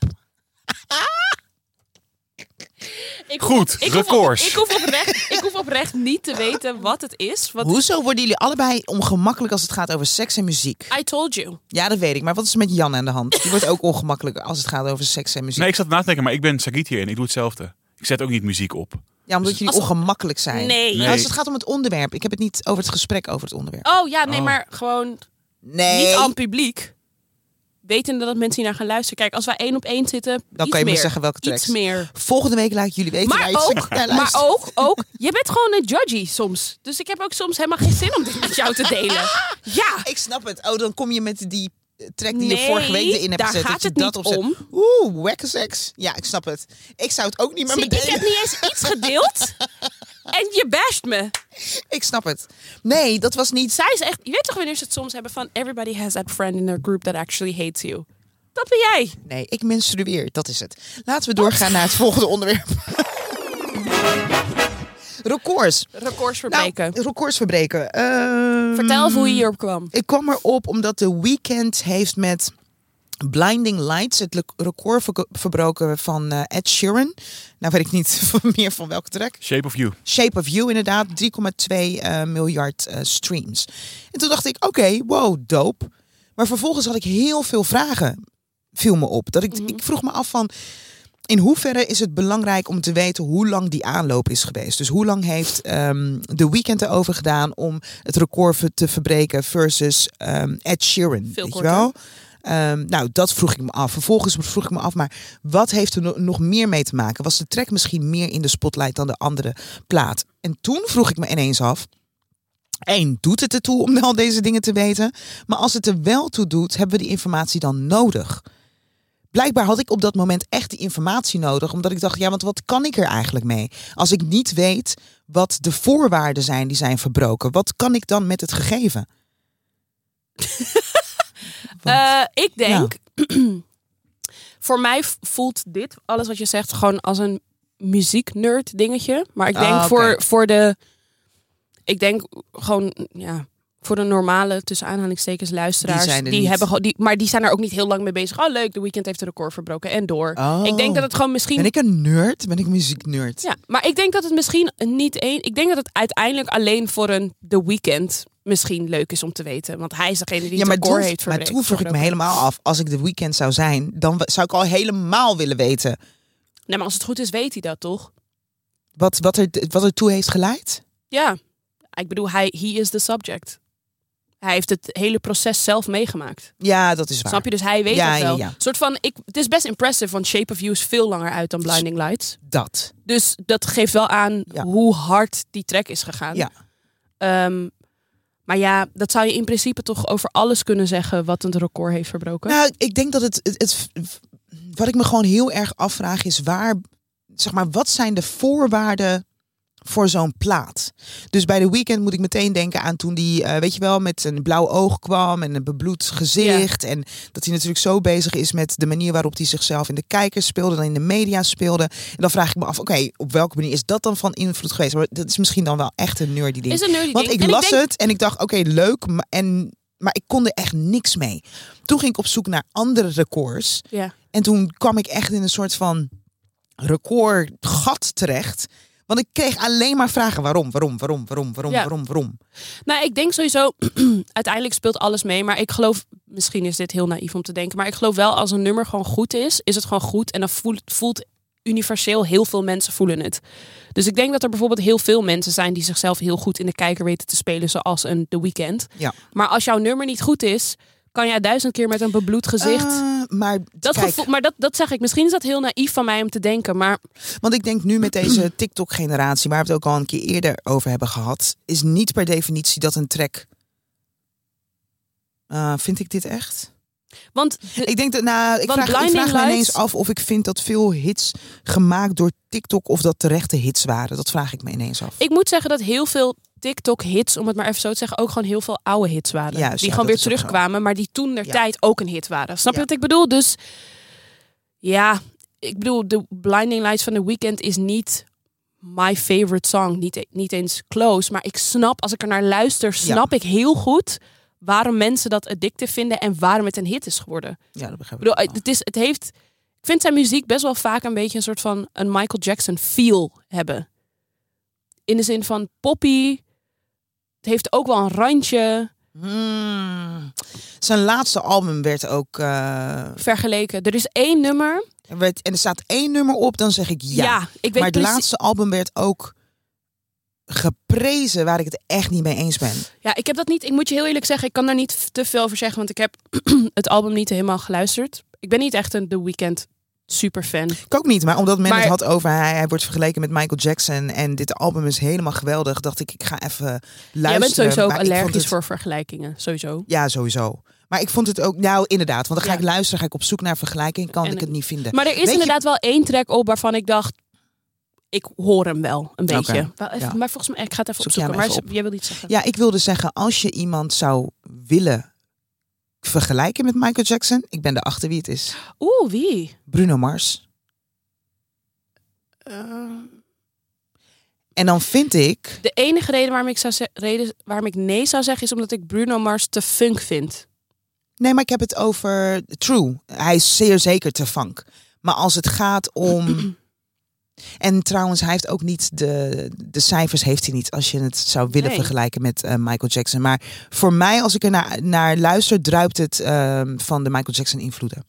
Speaker 2: Ik
Speaker 3: Goed,
Speaker 2: ik hoef, op,
Speaker 3: records.
Speaker 2: ik, hoef oprecht, ik hoef oprecht niet te weten wat het is. Wat
Speaker 1: Hoezo worden jullie allebei ongemakkelijk als het gaat over seks en muziek?
Speaker 2: I told you.
Speaker 1: Ja, dat weet ik. Maar wat is er met
Speaker 2: [laughs]
Speaker 1: Jan aan de hand? Die wordt ook ongemakkelijk als het gaat over seks en muziek.
Speaker 3: Nee, ik zat na te denken, maar ik ben Sagit hierin. Ik doe hetzelfde. Ik Ik zet ook niet muziek op.
Speaker 1: Ja, omdat jullie
Speaker 2: Als-
Speaker 1: ongemakkelijk zijn.
Speaker 2: Nee.
Speaker 3: Nee.
Speaker 1: Als het gaat om het onderwerp. Ik heb het niet over het gesprek over het onderwerp.
Speaker 2: Oh ja, nee,
Speaker 3: Oh.
Speaker 2: maar gewoon
Speaker 1: Nee.
Speaker 2: niet aan publiek. Wetende dat mensen hier naar gaan luisteren. Kijk, als wij één op één zitten,
Speaker 1: Dan
Speaker 2: iets
Speaker 1: kan je me
Speaker 2: meer.
Speaker 1: zeggen welke
Speaker 2: Iets
Speaker 1: tracks.
Speaker 2: meer.
Speaker 1: Volgende week laat ik jullie weten.
Speaker 2: Maar
Speaker 1: waar je
Speaker 2: ook,
Speaker 1: naar
Speaker 2: maar
Speaker 1: luistert.
Speaker 2: ook, ook, je bent gewoon een judgy soms. Dus ik heb ook soms helemaal geen zin om dit met jou te delen. Ja.
Speaker 1: Ik snap het. Oh, dan kom je met die eh, track die je
Speaker 2: Nee,
Speaker 1: vorige week erin hebt
Speaker 2: daar
Speaker 1: gezet.
Speaker 2: gaat
Speaker 1: dat
Speaker 2: het
Speaker 1: je dat
Speaker 2: niet
Speaker 1: opzet.
Speaker 2: om.
Speaker 1: Oeh, wekke seks. Ja, ik snap het. Ik zou het ook niet met
Speaker 2: Zie,
Speaker 1: me
Speaker 2: ik
Speaker 1: delen.
Speaker 2: heb niet eens iets gedeeld. En je basht me.
Speaker 1: Ik snap het. Nee, dat was niet...
Speaker 2: Zij is echt... Je weet toch wanneer ze het soms hebben van... Everybody has that friend in their group that actually hates you. Dat ben jij.
Speaker 1: Nee, ik menstrueer. Dat is het. Laten we doorgaan naar het volgende onderwerp. [laughs] Records.
Speaker 2: Records
Speaker 1: Nou,
Speaker 2: verbreken.
Speaker 1: records verbreken. Ehm,
Speaker 2: Vertel even hoe je hierop kwam.
Speaker 1: Ik kwam erop omdat de weekend heeft met Blinding Lights het le- record verko- verbroken van eh, Ed Sheeran. Nou weet ik niet [laughs] meer van welke track.
Speaker 3: Shape of You.
Speaker 1: Shape of You inderdaad, 3,2 eh, miljard eh, streams. En toen dacht ik, oké, wow, dope. Maar vervolgens had ik heel veel vragen, viel me op. Dat ik,
Speaker 2: Mhm.
Speaker 1: ik vroeg me af van, in hoeverre is het belangrijk om te weten hoe lang die aanloop is geweest? Dus hoe lang heeft ehm The Weeknd erover gedaan om het record ver- te verbreken versus ehm, Ed Sheeran?
Speaker 2: Veel
Speaker 1: weet je
Speaker 2: korter.
Speaker 1: wel? Ehm, nou, dat vroeg ik me af. Vervolgens vroeg ik me af, maar wat heeft er no- nog meer mee te maken? Was de track misschien meer in de spotlight dan de andere plaat? En toen vroeg ik me ineens af. één, doet het ertoe om al deze dingen te weten? Maar als het er wel toe doet, hebben we die informatie dan nodig? Blijkbaar had ik op dat moment echt die informatie nodig, omdat ik dacht, ja, want wat kan ik er eigenlijk mee? Als ik niet weet wat de voorwaarden zijn die zijn verbroken, wat kan ik dan met het gegeven? Want-
Speaker 2: Eh, ik denk, [clears throat] voor mij v- voelt dit, alles wat je zegt, gewoon als een muzieknerd dingetje. Maar ik denk
Speaker 1: Ah, oké.
Speaker 2: voor, voor de, ik denk gewoon, ja, voor de normale, tussen aanhalingstekens, luisteraars.
Speaker 1: Die zijn er niet.
Speaker 2: hebben gewoon, die, maar die zijn er ook niet heel lang mee bezig. Oh leuk, de weekend heeft de record verbroken en door. Ik denk dat het gewoon misschien
Speaker 1: Ben Oh. ik een nerd? Ben ik een muzieknerd?
Speaker 2: ja, maar ik denk dat het misschien niet één. Ik denk dat het uiteindelijk alleen voor een The Weeknd misschien leuk is om te weten, want hij is degene
Speaker 1: Ja,
Speaker 2: die het
Speaker 1: maar,
Speaker 2: record
Speaker 1: toen,
Speaker 2: heeft
Speaker 1: maar
Speaker 2: verbreed.
Speaker 1: toen vroeg ik me helemaal af, als ik de weekend zou zijn, dan wa- zou ik al helemaal willen weten
Speaker 2: Nee, maar als het goed is, weet hij dat toch?
Speaker 1: wat, wat, er, wat ertoe heeft geleid.
Speaker 2: Ja. Ik bedoel, hij he is the subject. Hij heeft het hele proces zelf meegemaakt.
Speaker 1: Ja, dat is waar.
Speaker 2: Snap je? Dus hij weet
Speaker 1: Nou, Ja,
Speaker 2: het wel.
Speaker 1: ja, ja.
Speaker 2: Soort van, ik, het is best impressive, want Shape of You is veel langer uit dan Blinding Lights.
Speaker 1: Dat.
Speaker 2: Dus dat geeft wel aan
Speaker 1: Ja.
Speaker 2: hoe hard die track is gegaan.
Speaker 1: Ja.
Speaker 2: Ehm, maar ja, dat zou je in principe toch over alles kunnen zeggen wat een record heeft verbroken.
Speaker 1: Nou, ik denk dat het, het, het- Wat ik me gewoon heel erg afvraag is waar. Zeg maar, wat zijn de voorwaarden voor zo'n plaat? Dus bij de weekend moet ik meteen denken aan toen die, eh, weet je wel, met een blauw oog kwam en een bebloed gezicht. En dat hij natuurlijk zo bezig is met de manier waarop hij zichzelf in de kijkers speelde, dan in de media speelde. En dan vraag ik me af, oké, op welke manier is dat dan van invloed geweest? Maar dat is misschien dan wel echt een nerdy ding.
Speaker 2: is een nerdy
Speaker 1: Want
Speaker 2: ding.
Speaker 1: ik
Speaker 2: En
Speaker 1: las
Speaker 2: denk-
Speaker 1: het en ik dacht, oké, leuk. Maar, en, maar ik kon er echt niks mee. Toen ging ik op zoek naar andere records.
Speaker 2: Ja.
Speaker 1: En toen kwam ik echt in een soort van recordgat terecht. Want ik kreeg alleen maar vragen waarom, waarom, waarom, waarom, waarom,
Speaker 2: Ja.
Speaker 1: waarom, waarom.
Speaker 2: Nou, ik denk sowieso, [clears throat] uiteindelijk speelt alles mee. Maar ik geloof, misschien is dit heel naïef om te denken. Maar ik geloof wel, als een nummer gewoon goed is, is het gewoon goed. En dan voelt, voelt universeel heel veel mensen voelen het. Dus ik denk dat er bijvoorbeeld heel veel mensen zijn die zichzelf heel goed in de kijker weten te spelen. Zoals een The Weeknd.
Speaker 1: Ja.
Speaker 2: Maar als jouw nummer niet goed is, kan jij duizend keer met een bebloed gezicht.
Speaker 1: Eh, maar
Speaker 2: dat
Speaker 1: kijk,
Speaker 2: gevoel, maar dat, dat zeg ik. Misschien is dat heel naïef van mij om te denken. Maar
Speaker 1: Want ik denk nu met deze
Speaker 2: [clears throat]
Speaker 1: TikTok-generatie, waar we het ook al een keer eerder over hebben gehad, is niet per definitie dat een track. Eh, vind ik dit echt?
Speaker 2: want de-
Speaker 1: Ik denk dat, nou, ik
Speaker 2: Want
Speaker 1: vraag, ik
Speaker 2: Blinding
Speaker 1: vraag me
Speaker 2: Lights-
Speaker 1: ineens af of ik vind dat veel hits gemaakt door TikTok of dat terechte hits waren. Dat vraag ik me ineens af.
Speaker 2: Ik moet zeggen dat heel veel TikTok-hits, om het maar even zo te zeggen, ook gewoon heel veel oude hits waren.
Speaker 1: Juist,
Speaker 2: die
Speaker 1: ja,
Speaker 2: gewoon
Speaker 1: dat
Speaker 2: weer
Speaker 1: is ook zo.
Speaker 2: terugkwamen, maar die toen der
Speaker 1: Ja.
Speaker 2: tijd ook een hit waren. Snap
Speaker 1: Ja.
Speaker 2: je wat ik bedoel? Dus ja, ik bedoel, de Blinding Lights van The Weeknd is niet my favorite song. Niet, niet eens close, maar ik snap, als ik er naar luister, snap ik heel goed waarom mensen dat addictive vinden en waarom het een hit is geworden.
Speaker 1: Ja, dat begrijp
Speaker 2: Ik
Speaker 1: ik.
Speaker 2: bedoel,
Speaker 1: wel.
Speaker 2: het, is, het heeft. Ik vind zijn muziek best wel vaak een beetje een soort van een Michael Jackson feel hebben. In de zin van poppy. Het heeft ook wel een randje.
Speaker 1: Hmm. Zijn laatste album werd ook. eh,
Speaker 2: Vergeleken. Er is één nummer.
Speaker 1: er werd, en er staat één nummer op, dan zeg ik ja.
Speaker 2: Ja, ik weet
Speaker 1: maar het
Speaker 2: precies-
Speaker 1: laatste album werd ook geprezen, waar ik het echt niet mee eens ben.
Speaker 2: Ja, ik heb dat niet. Ik moet je heel eerlijk zeggen, ik kan daar niet f- te veel over zeggen, want ik heb [clears throat] het album niet helemaal geluisterd. Ik ben niet echt een The Weeknd superfan.
Speaker 1: Ik ook niet, maar omdat men het
Speaker 2: Maar-
Speaker 1: had over hij, hij wordt vergeleken met Michael Jackson en dit album is helemaal geweldig, dacht ik, ik ga even luisteren.
Speaker 2: Jij bent sowieso ook
Speaker 1: Maar ik vond
Speaker 2: allergisch
Speaker 1: het-
Speaker 2: voor vergelijkingen, sowieso.
Speaker 1: Ja, sowieso. Maar ik vond het ook, nou inderdaad, want dan ga
Speaker 2: Ja.
Speaker 1: ik luisteren, ga ik op zoek naar vergelijking, kan
Speaker 2: En
Speaker 1: ik het niet vinden.
Speaker 2: Maar er is
Speaker 1: Weet je-
Speaker 2: inderdaad wel één track op waarvan ik dacht, ik hoor hem wel een
Speaker 1: Oké,
Speaker 2: beetje. Wel even-
Speaker 1: ja.
Speaker 2: Maar volgens mij, ik ga het even
Speaker 1: Zoek jij
Speaker 2: opzoeken.
Speaker 1: hem
Speaker 2: Maar
Speaker 1: even
Speaker 2: ze- jij wil iets zeggen.
Speaker 1: Ja, ik wilde zeggen, als je iemand zou willen vergelijken met Michael Jackson, ik ben erachter wie het is.
Speaker 2: Oeh, wie?
Speaker 1: Bruno Mars.
Speaker 2: Eh,
Speaker 1: En dan vind ik,
Speaker 2: de enige reden waarom, ik zou ze- reden waarom ik nee zou zeggen is omdat ik Bruno Mars te funk vind.
Speaker 1: nee, maar ik heb het over True. Hij is zeer zeker te funk. Maar als het gaat om. [clears throat] En trouwens, hij heeft ook niet de, de cijfers, heeft hij niet, als je het zou willen
Speaker 2: Nee.
Speaker 1: vergelijken met eh, Michael Jackson. Maar voor mij, als ik er naar, naar luister, druipt het ehm, van de Michael Jackson invloeden.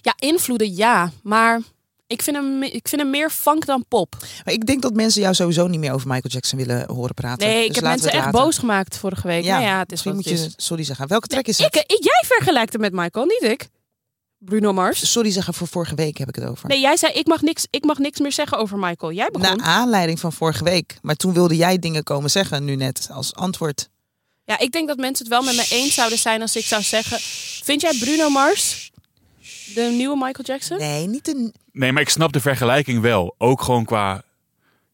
Speaker 2: Ja, invloeden ja, maar ik vind hem, ik vind hem meer funk dan pop.
Speaker 1: Maar ik denk dat mensen jou sowieso niet meer over Michael Jackson willen horen praten.
Speaker 2: Nee, ik
Speaker 1: Dus laten
Speaker 2: heb
Speaker 1: we
Speaker 2: mensen
Speaker 1: het
Speaker 2: echt
Speaker 1: laten.
Speaker 2: boos gemaakt vorige week.
Speaker 1: Ja,
Speaker 2: Ja, nou ja het is
Speaker 1: Misschien
Speaker 2: wat
Speaker 1: moet
Speaker 2: het
Speaker 1: je
Speaker 2: is.
Speaker 1: sorry zeggen. Welke track is
Speaker 2: Ik,
Speaker 1: het?
Speaker 2: ik- jij vergelijkt hem met Michael, niet ik. Bruno Mars.
Speaker 1: Sorry zeggen voor vorige week heb ik het over.
Speaker 2: Nee, jij zei ik mag niks, ik mag niks meer zeggen over Michael. Jij begon.
Speaker 1: Naar aanleiding van vorige week. Maar toen wilde jij dingen komen zeggen, nu net als antwoord.
Speaker 2: Ja, ik denk dat mensen het wel met me eens zouden zijn als ik zou zeggen... Vind jij Bruno Mars de nieuwe Michael Jackson?
Speaker 1: Nee, niet een.
Speaker 3: Nee, maar ik snap de vergelijking wel. Ook gewoon qua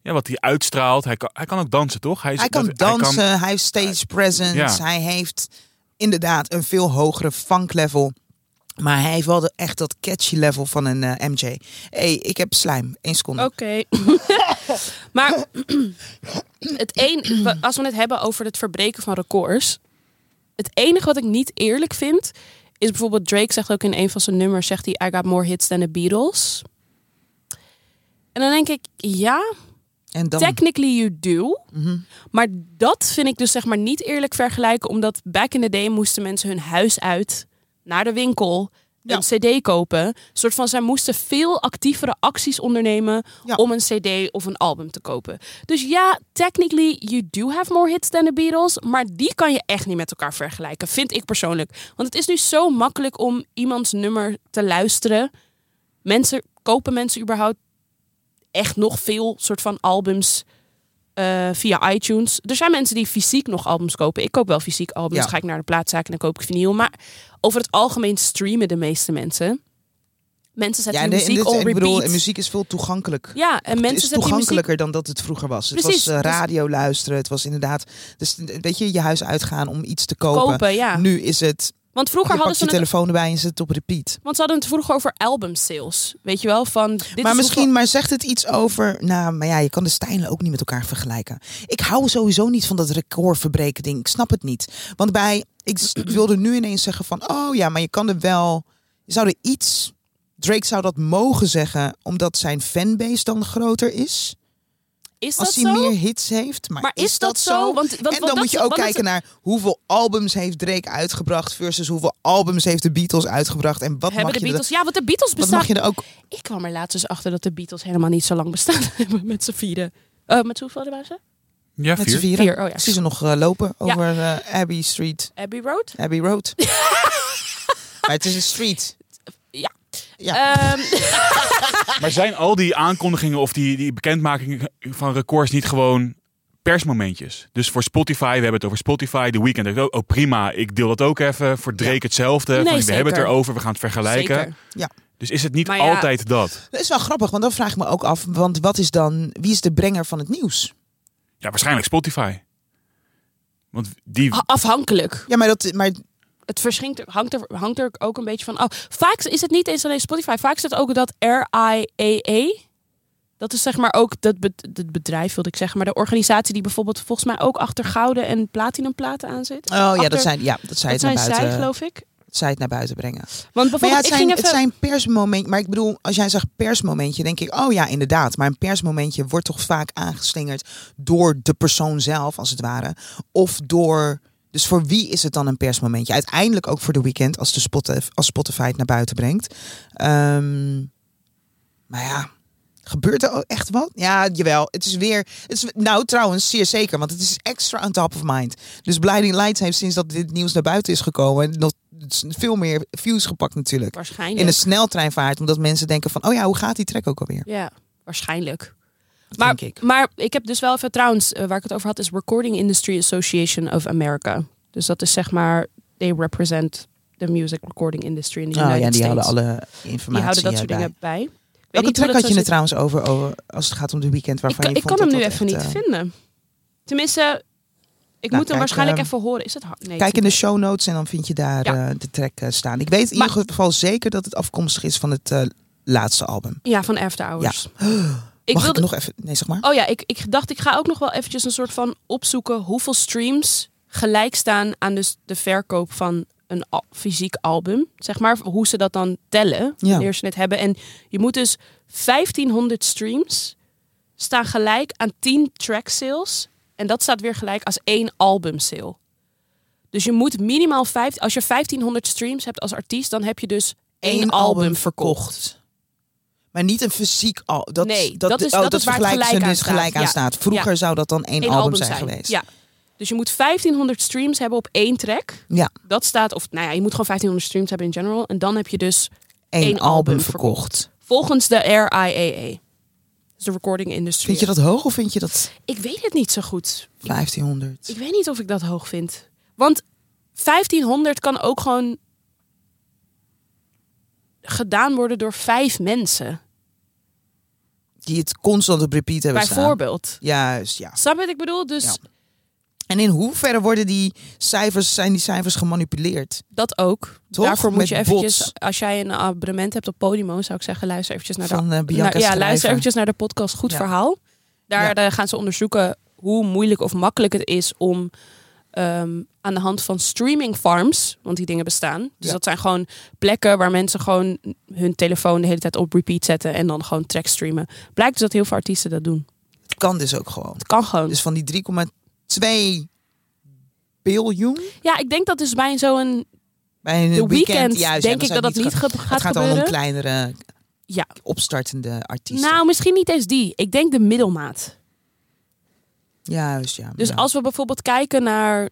Speaker 3: ja, wat hij uitstraalt. Hij kan, hij kan ook dansen, toch? is-
Speaker 1: Hij kan
Speaker 3: dat-
Speaker 1: dansen, hij, heeft stage presence,
Speaker 3: Ja.
Speaker 1: hij heeft inderdaad een veel hogere funk level. Maar hij heeft wel de, echt dat catchy level van een eh, MJ. hey, ik heb slijm. Eén seconde.
Speaker 2: Oké. [laughs] maar [clears throat] het een, wa- als we het hebben over het verbreken van records. Het enige wat ik niet eerlijk vind, is bijvoorbeeld Drake zegt ook in een van zijn nummers, zegt hij, I got more hits than the Beatles. En dan denk ik, ja,
Speaker 1: en dan.
Speaker 2: technically you do.
Speaker 1: Mhm.
Speaker 2: Maar dat vind ik dus zeg maar niet eerlijk vergelijken, omdat back in the day moesten mensen hun huis uit naar de winkel.
Speaker 1: Ja.
Speaker 2: Een CD kopen. Een soort van zij moesten veel actievere acties ondernemen
Speaker 1: Ja.
Speaker 2: om een CD of een album te kopen. Dus ja, technically, you do have more hits than the Beatles. Maar die kan je echt niet met elkaar vergelijken, vind ik persoonlijk. Want het is nu zo makkelijk om iemands nummer te luisteren. Mensen, kopen mensen überhaupt echt nog veel soort van albums eh, via iTunes. Er zijn mensen die fysiek nog albums kopen. Ik koop wel fysiek albums.
Speaker 1: Ja.
Speaker 2: Ga ik naar de plaatzaak en dan koop ik vinyl. Maar over het algemeen streamen de meeste mensen. Mensen zetten
Speaker 1: ja, en,
Speaker 2: die
Speaker 1: de- en dit-
Speaker 2: muziek on
Speaker 1: en ik
Speaker 2: repeat.
Speaker 1: bedoel, en muziek is veel toegankelijk.
Speaker 2: Ja, en
Speaker 1: het
Speaker 2: mensen
Speaker 1: is
Speaker 2: zetten die muziek...
Speaker 1: toegankelijker dan dat het vroeger was. het
Speaker 2: Precies,
Speaker 1: was eh,
Speaker 2: dus-
Speaker 1: radio luisteren. Het was inderdaad. Dus weet je, je huis uitgaan om iets te kopen.
Speaker 2: Kopen, ja.
Speaker 1: Nu is het.
Speaker 2: Want vroeger
Speaker 1: je pakt
Speaker 2: hadden
Speaker 1: je
Speaker 2: ze het,
Speaker 1: telefoon erbij en zet het op repeat.
Speaker 2: want ze hadden het vroeger over album sales. Weet je wel, van... Dit
Speaker 1: maar
Speaker 2: is
Speaker 1: misschien,
Speaker 2: hoeveel-
Speaker 1: maar zegt het iets over. Nou, maar ja, je kan de stijlen ook niet met elkaar vergelijken. Ik hou sowieso niet van dat recordverbreken ding. Ik snap het niet. Want bij. Ik s- wilde nu ineens zeggen van. Oh ja, maar je kan er wel. Je zou er iets. Drake zou dat mogen zeggen, omdat zijn fanbase dan groter is.
Speaker 2: Is dat
Speaker 1: als hij
Speaker 2: zo?
Speaker 1: meer hits heeft. Maar,
Speaker 2: Maar is dat zo? Want- want- want
Speaker 1: en dan
Speaker 2: dat
Speaker 1: moet
Speaker 2: is-
Speaker 1: je ook
Speaker 2: want dat-
Speaker 1: kijken naar hoeveel albums heeft Drake uitgebracht versus hoeveel albums heeft de Beatles uitgebracht en wat mag
Speaker 2: Hebben de
Speaker 1: je er-
Speaker 2: Beatles... Ja, want de Beatles
Speaker 1: wat
Speaker 2: bestaan...
Speaker 1: mag je er ook?
Speaker 2: Ik kwam er laatst dus achter dat de Beatles helemaal niet zo lang bestaan [laughs] hebben met z'n vieren. Eh, met z'n hoeveel waren ze?
Speaker 3: Ja,
Speaker 1: Met z'n
Speaker 3: vier.
Speaker 1: vieren.
Speaker 2: Vier, oh ja.
Speaker 1: Ik zie ze nog eh, lopen over eh, Abbey Street,
Speaker 2: Abbey Road?
Speaker 1: Abbey
Speaker 2: [laughs]
Speaker 1: Road. maar het is een street.
Speaker 2: Ja.
Speaker 1: Ja.
Speaker 2: Ehm,
Speaker 3: Maar zijn al die aankondigingen of die, die bekendmakingen van records niet gewoon persmomentjes? Dus voor Spotify, we hebben het over Spotify, The Weeknd. heeft ook, Oh prima, ik deel dat ook even. Voor Drake hetzelfde.
Speaker 2: Nee,
Speaker 3: Van, we
Speaker 2: zeker.
Speaker 3: hebben het erover, we gaan het vergelijken.
Speaker 2: zeker.
Speaker 3: Dus is het niet
Speaker 2: Maar ja.
Speaker 3: altijd dat?
Speaker 1: Dat is wel grappig, want dan vraag ik me ook af, want wat is dan, wie is de brenger van het nieuws?
Speaker 3: Ja, waarschijnlijk Spotify. Want die...
Speaker 2: Ha- Afhankelijk.
Speaker 1: Ja, maar dat, maar oh
Speaker 2: Het verschilt, hangt, er, hangt er ook een beetje van af. Vaak is het niet eens alleen Spotify. Vaak is het ook dat RIAA. Dat is zeg maar ook dat be- het bedrijf, wilde ik zeggen. Maar de organisatie die bijvoorbeeld volgens mij ook achter gouden en platinumplaten aan zit.
Speaker 1: oh ja, dat
Speaker 2: Achter-
Speaker 1: zijn, ja, dat zij het
Speaker 2: dat zijn
Speaker 1: naar
Speaker 2: zij,
Speaker 1: buiten,
Speaker 2: geloof ik.
Speaker 1: zij het naar buiten brengen.
Speaker 2: Want
Speaker 1: Maar ja, het
Speaker 2: bijvoorbeeld,
Speaker 1: zijn,
Speaker 2: ik ging even...
Speaker 1: het zijn persmomenten. Maar ik bedoel, als jij zegt persmomentje, denk ik, oh ja, inderdaad. Maar een persmomentje wordt toch vaak aangeslingerd door de persoon zelf, als het ware. Of door Dus voor wie is het dan een persmomentje? Uiteindelijk ook voor de weekend als, de Spotify, als Spotify het naar buiten brengt. Ehm, maar ja, gebeurt er ook echt wat? Ja, jawel. Het is weer. Het is, nou, trouwens, zeer zeker. Want het is extra on top of mind. Dus Blinding Lights heeft sinds dat dit nieuws naar buiten is gekomen. nog veel meer views gepakt, natuurlijk.
Speaker 2: Waarschijnlijk.
Speaker 1: In een sneltreinvaart, omdat mensen denken: van, oh ja, hoe gaat die track ook alweer?
Speaker 2: Ja, waarschijnlijk.
Speaker 1: Dat
Speaker 2: Maar
Speaker 1: denk ik.
Speaker 2: maar ik heb dus wel even trouwens, eh, waar ik het over had, is Recording Industry Association of America. Dus dat is zeg maar, they represent the music recording industry in the
Speaker 1: Oh ja,
Speaker 2: United
Speaker 1: die
Speaker 2: States.
Speaker 1: houden alle informatie.
Speaker 2: die houden dat
Speaker 1: eh,
Speaker 2: soort
Speaker 1: bij.
Speaker 2: dingen bij. Ik weet
Speaker 1: Welke
Speaker 2: niet
Speaker 1: track
Speaker 2: hoe dat
Speaker 1: had je er
Speaker 2: zo zit.
Speaker 1: trouwens over, over als het gaat om de weekend
Speaker 2: Ik,
Speaker 1: waarvan
Speaker 2: kan-
Speaker 1: je
Speaker 2: ik
Speaker 1: vond
Speaker 2: kan hem
Speaker 1: dat
Speaker 2: nu
Speaker 1: dat
Speaker 2: even
Speaker 1: echt,
Speaker 2: niet
Speaker 1: eh,
Speaker 2: vinden. Tenminste,
Speaker 1: Nou,
Speaker 2: ik moet hem
Speaker 1: kijk,
Speaker 2: waarschijnlijk
Speaker 1: ehm,
Speaker 2: even horen. Is dat hard? Nee,
Speaker 1: Kijk in de show notes en dan vind je daar
Speaker 2: Ja.
Speaker 1: eh, de track eh, staan. Ik weet in ieder geval zeker dat het afkomstig is van het eh, laatste album.
Speaker 2: Ja, van After Hours. Ik
Speaker 1: Mag ik,
Speaker 2: wilde,
Speaker 1: nog even? Nee, zeg maar.
Speaker 2: Oh ja, ik, ik dacht, ik ga ook nog wel eventjes een soort van opzoeken hoeveel streams gelijk staan aan dus de verkoop van een al- fysiek album. Zeg maar, hoe ze dat dan tellen,
Speaker 1: Ja.
Speaker 2: wanneer ze het hebben. En je moet dus 1500 streams staan gelijk aan 10 track sales. En dat staat weer gelijk als één album sale. Dus je moet minimaal vijf, als je 1500 streams hebt als artiest, dan heb je dus één, album, verkocht.
Speaker 1: Maar niet een fysiek album. Dat,
Speaker 2: Nee,
Speaker 1: dat,
Speaker 2: dat is-
Speaker 1: oh,
Speaker 2: dat is waar het
Speaker 1: vergelijken
Speaker 2: gelijk
Speaker 1: ze
Speaker 2: aan
Speaker 1: dus gelijk
Speaker 2: staat.
Speaker 1: aan
Speaker 2: Ja.
Speaker 1: staat. Vroeger
Speaker 2: Ja.
Speaker 1: zou dat dan één,
Speaker 2: Eén
Speaker 1: album zijn, geweest.
Speaker 2: Ja. Dus je moet 1500 streams hebben op één track.
Speaker 1: Ja,
Speaker 2: Dat staat, of nou ja, je moet gewoon 1500 streams hebben in general. En dan heb je dus
Speaker 1: één,
Speaker 2: Eén
Speaker 1: album,
Speaker 2: album
Speaker 1: verkocht.
Speaker 2: volgens de RIAA. Dus de recording industry.
Speaker 1: Vind je dat hoog of vind je dat
Speaker 2: Ik weet het niet zo goed. Ik,
Speaker 1: 1500?
Speaker 2: ik weet niet of ik dat hoog vind. Want 1500 kan ook gewoon gedaan worden door vijf mensen.
Speaker 1: Die het constant op repeat hebben staan.
Speaker 2: Bijvoorbeeld.
Speaker 1: Juist, ja.
Speaker 2: Snap je wat ik bedoel? Dus
Speaker 1: Ja. En in hoeverre worden die cijfers, zijn die cijfers gemanipuleerd?
Speaker 2: dat ook.
Speaker 1: Toch?
Speaker 2: Daarvoor moet
Speaker 1: Met
Speaker 2: je eventjes,
Speaker 1: bots.
Speaker 2: als jij een abonnement hebt op Podimo, zou ik zeggen, luister eventjes naar de
Speaker 1: Van eh,
Speaker 2: Nou,
Speaker 1: Bianca
Speaker 2: ja,
Speaker 1: Schrijver.
Speaker 2: luister eventjes naar de podcast Goed
Speaker 1: Ja.
Speaker 2: Verhaal. Daar,
Speaker 1: Ja.
Speaker 2: eh, gaan ze onderzoeken hoe moeilijk of makkelijk het is om ehm, aan de hand van streaming farms, want die dingen bestaan. Dus
Speaker 1: Ja.
Speaker 2: dat zijn gewoon plekken waar mensen gewoon hun telefoon de hele tijd op repeat zetten en dan gewoon track streamen. Blijkt dus dat heel veel artiesten dat doen.
Speaker 1: Het kan dus ook gewoon.
Speaker 2: Het kan gewoon.
Speaker 1: Dus van die 3,2 biljoen
Speaker 2: ja, ik denk dat dus bij zo'n
Speaker 1: bij een
Speaker 2: The
Speaker 1: weekend,
Speaker 2: weekend,
Speaker 1: juist, ja,
Speaker 2: denk ik
Speaker 1: zou
Speaker 2: dat dat
Speaker 1: het
Speaker 2: niet
Speaker 1: gaan-
Speaker 2: ge-
Speaker 1: Het
Speaker 2: gaat
Speaker 1: gaat al om
Speaker 2: gebeuren.
Speaker 1: kleinere,
Speaker 2: Ja.
Speaker 1: opstartende artiesten.
Speaker 2: Nou, misschien niet eens die. Ik denk de middelmaat.
Speaker 1: juist, ja.
Speaker 2: Dus
Speaker 1: ja.
Speaker 2: als we bijvoorbeeld kijken naar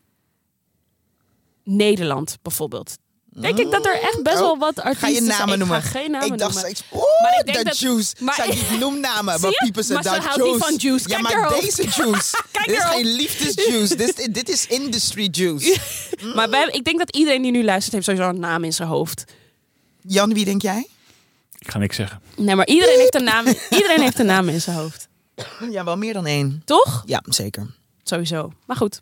Speaker 2: Nederland bijvoorbeeld. Denk ik dat er echt best
Speaker 1: Oh,
Speaker 2: wel wat artiesten
Speaker 1: ga je
Speaker 2: zijn.
Speaker 1: namen
Speaker 2: ik
Speaker 1: noemen?
Speaker 2: Ga geen namen
Speaker 1: ik dacht
Speaker 2: noemen.
Speaker 1: steeds, oeh,
Speaker 2: ik denk
Speaker 1: dat,
Speaker 2: dat-
Speaker 1: juice.
Speaker 2: maar-
Speaker 1: Zij
Speaker 2: [laughs]
Speaker 1: niet noem namen,
Speaker 2: Zie
Speaker 1: maar
Speaker 2: je?
Speaker 1: people said
Speaker 2: Maar ze
Speaker 1: dat
Speaker 2: houdt niet
Speaker 1: juice.
Speaker 2: van juice.
Speaker 1: ja,
Speaker 2: Kijk
Speaker 1: maar
Speaker 2: haar hoofd.
Speaker 1: deze
Speaker 2: [laughs]
Speaker 1: juice.
Speaker 2: Kijk
Speaker 1: dit is
Speaker 2: haar
Speaker 1: geen liefdesjuice. dit, dit is industry
Speaker 2: [laughs]
Speaker 1: juice.
Speaker 2: Maar wij- ik denk dat iedereen die nu luistert heeft sowieso een naam in zijn hoofd.
Speaker 1: Jan, wie denk jij?
Speaker 3: Ik ga niks zeggen.
Speaker 2: Nee, maar iedereen heeft een
Speaker 1: [laughs]
Speaker 2: naam, iedereen heeft een naam in zijn hoofd.
Speaker 1: Ja, wel meer dan één.
Speaker 2: Toch?
Speaker 1: Ja, zeker.
Speaker 2: Sowieso. Maar goed.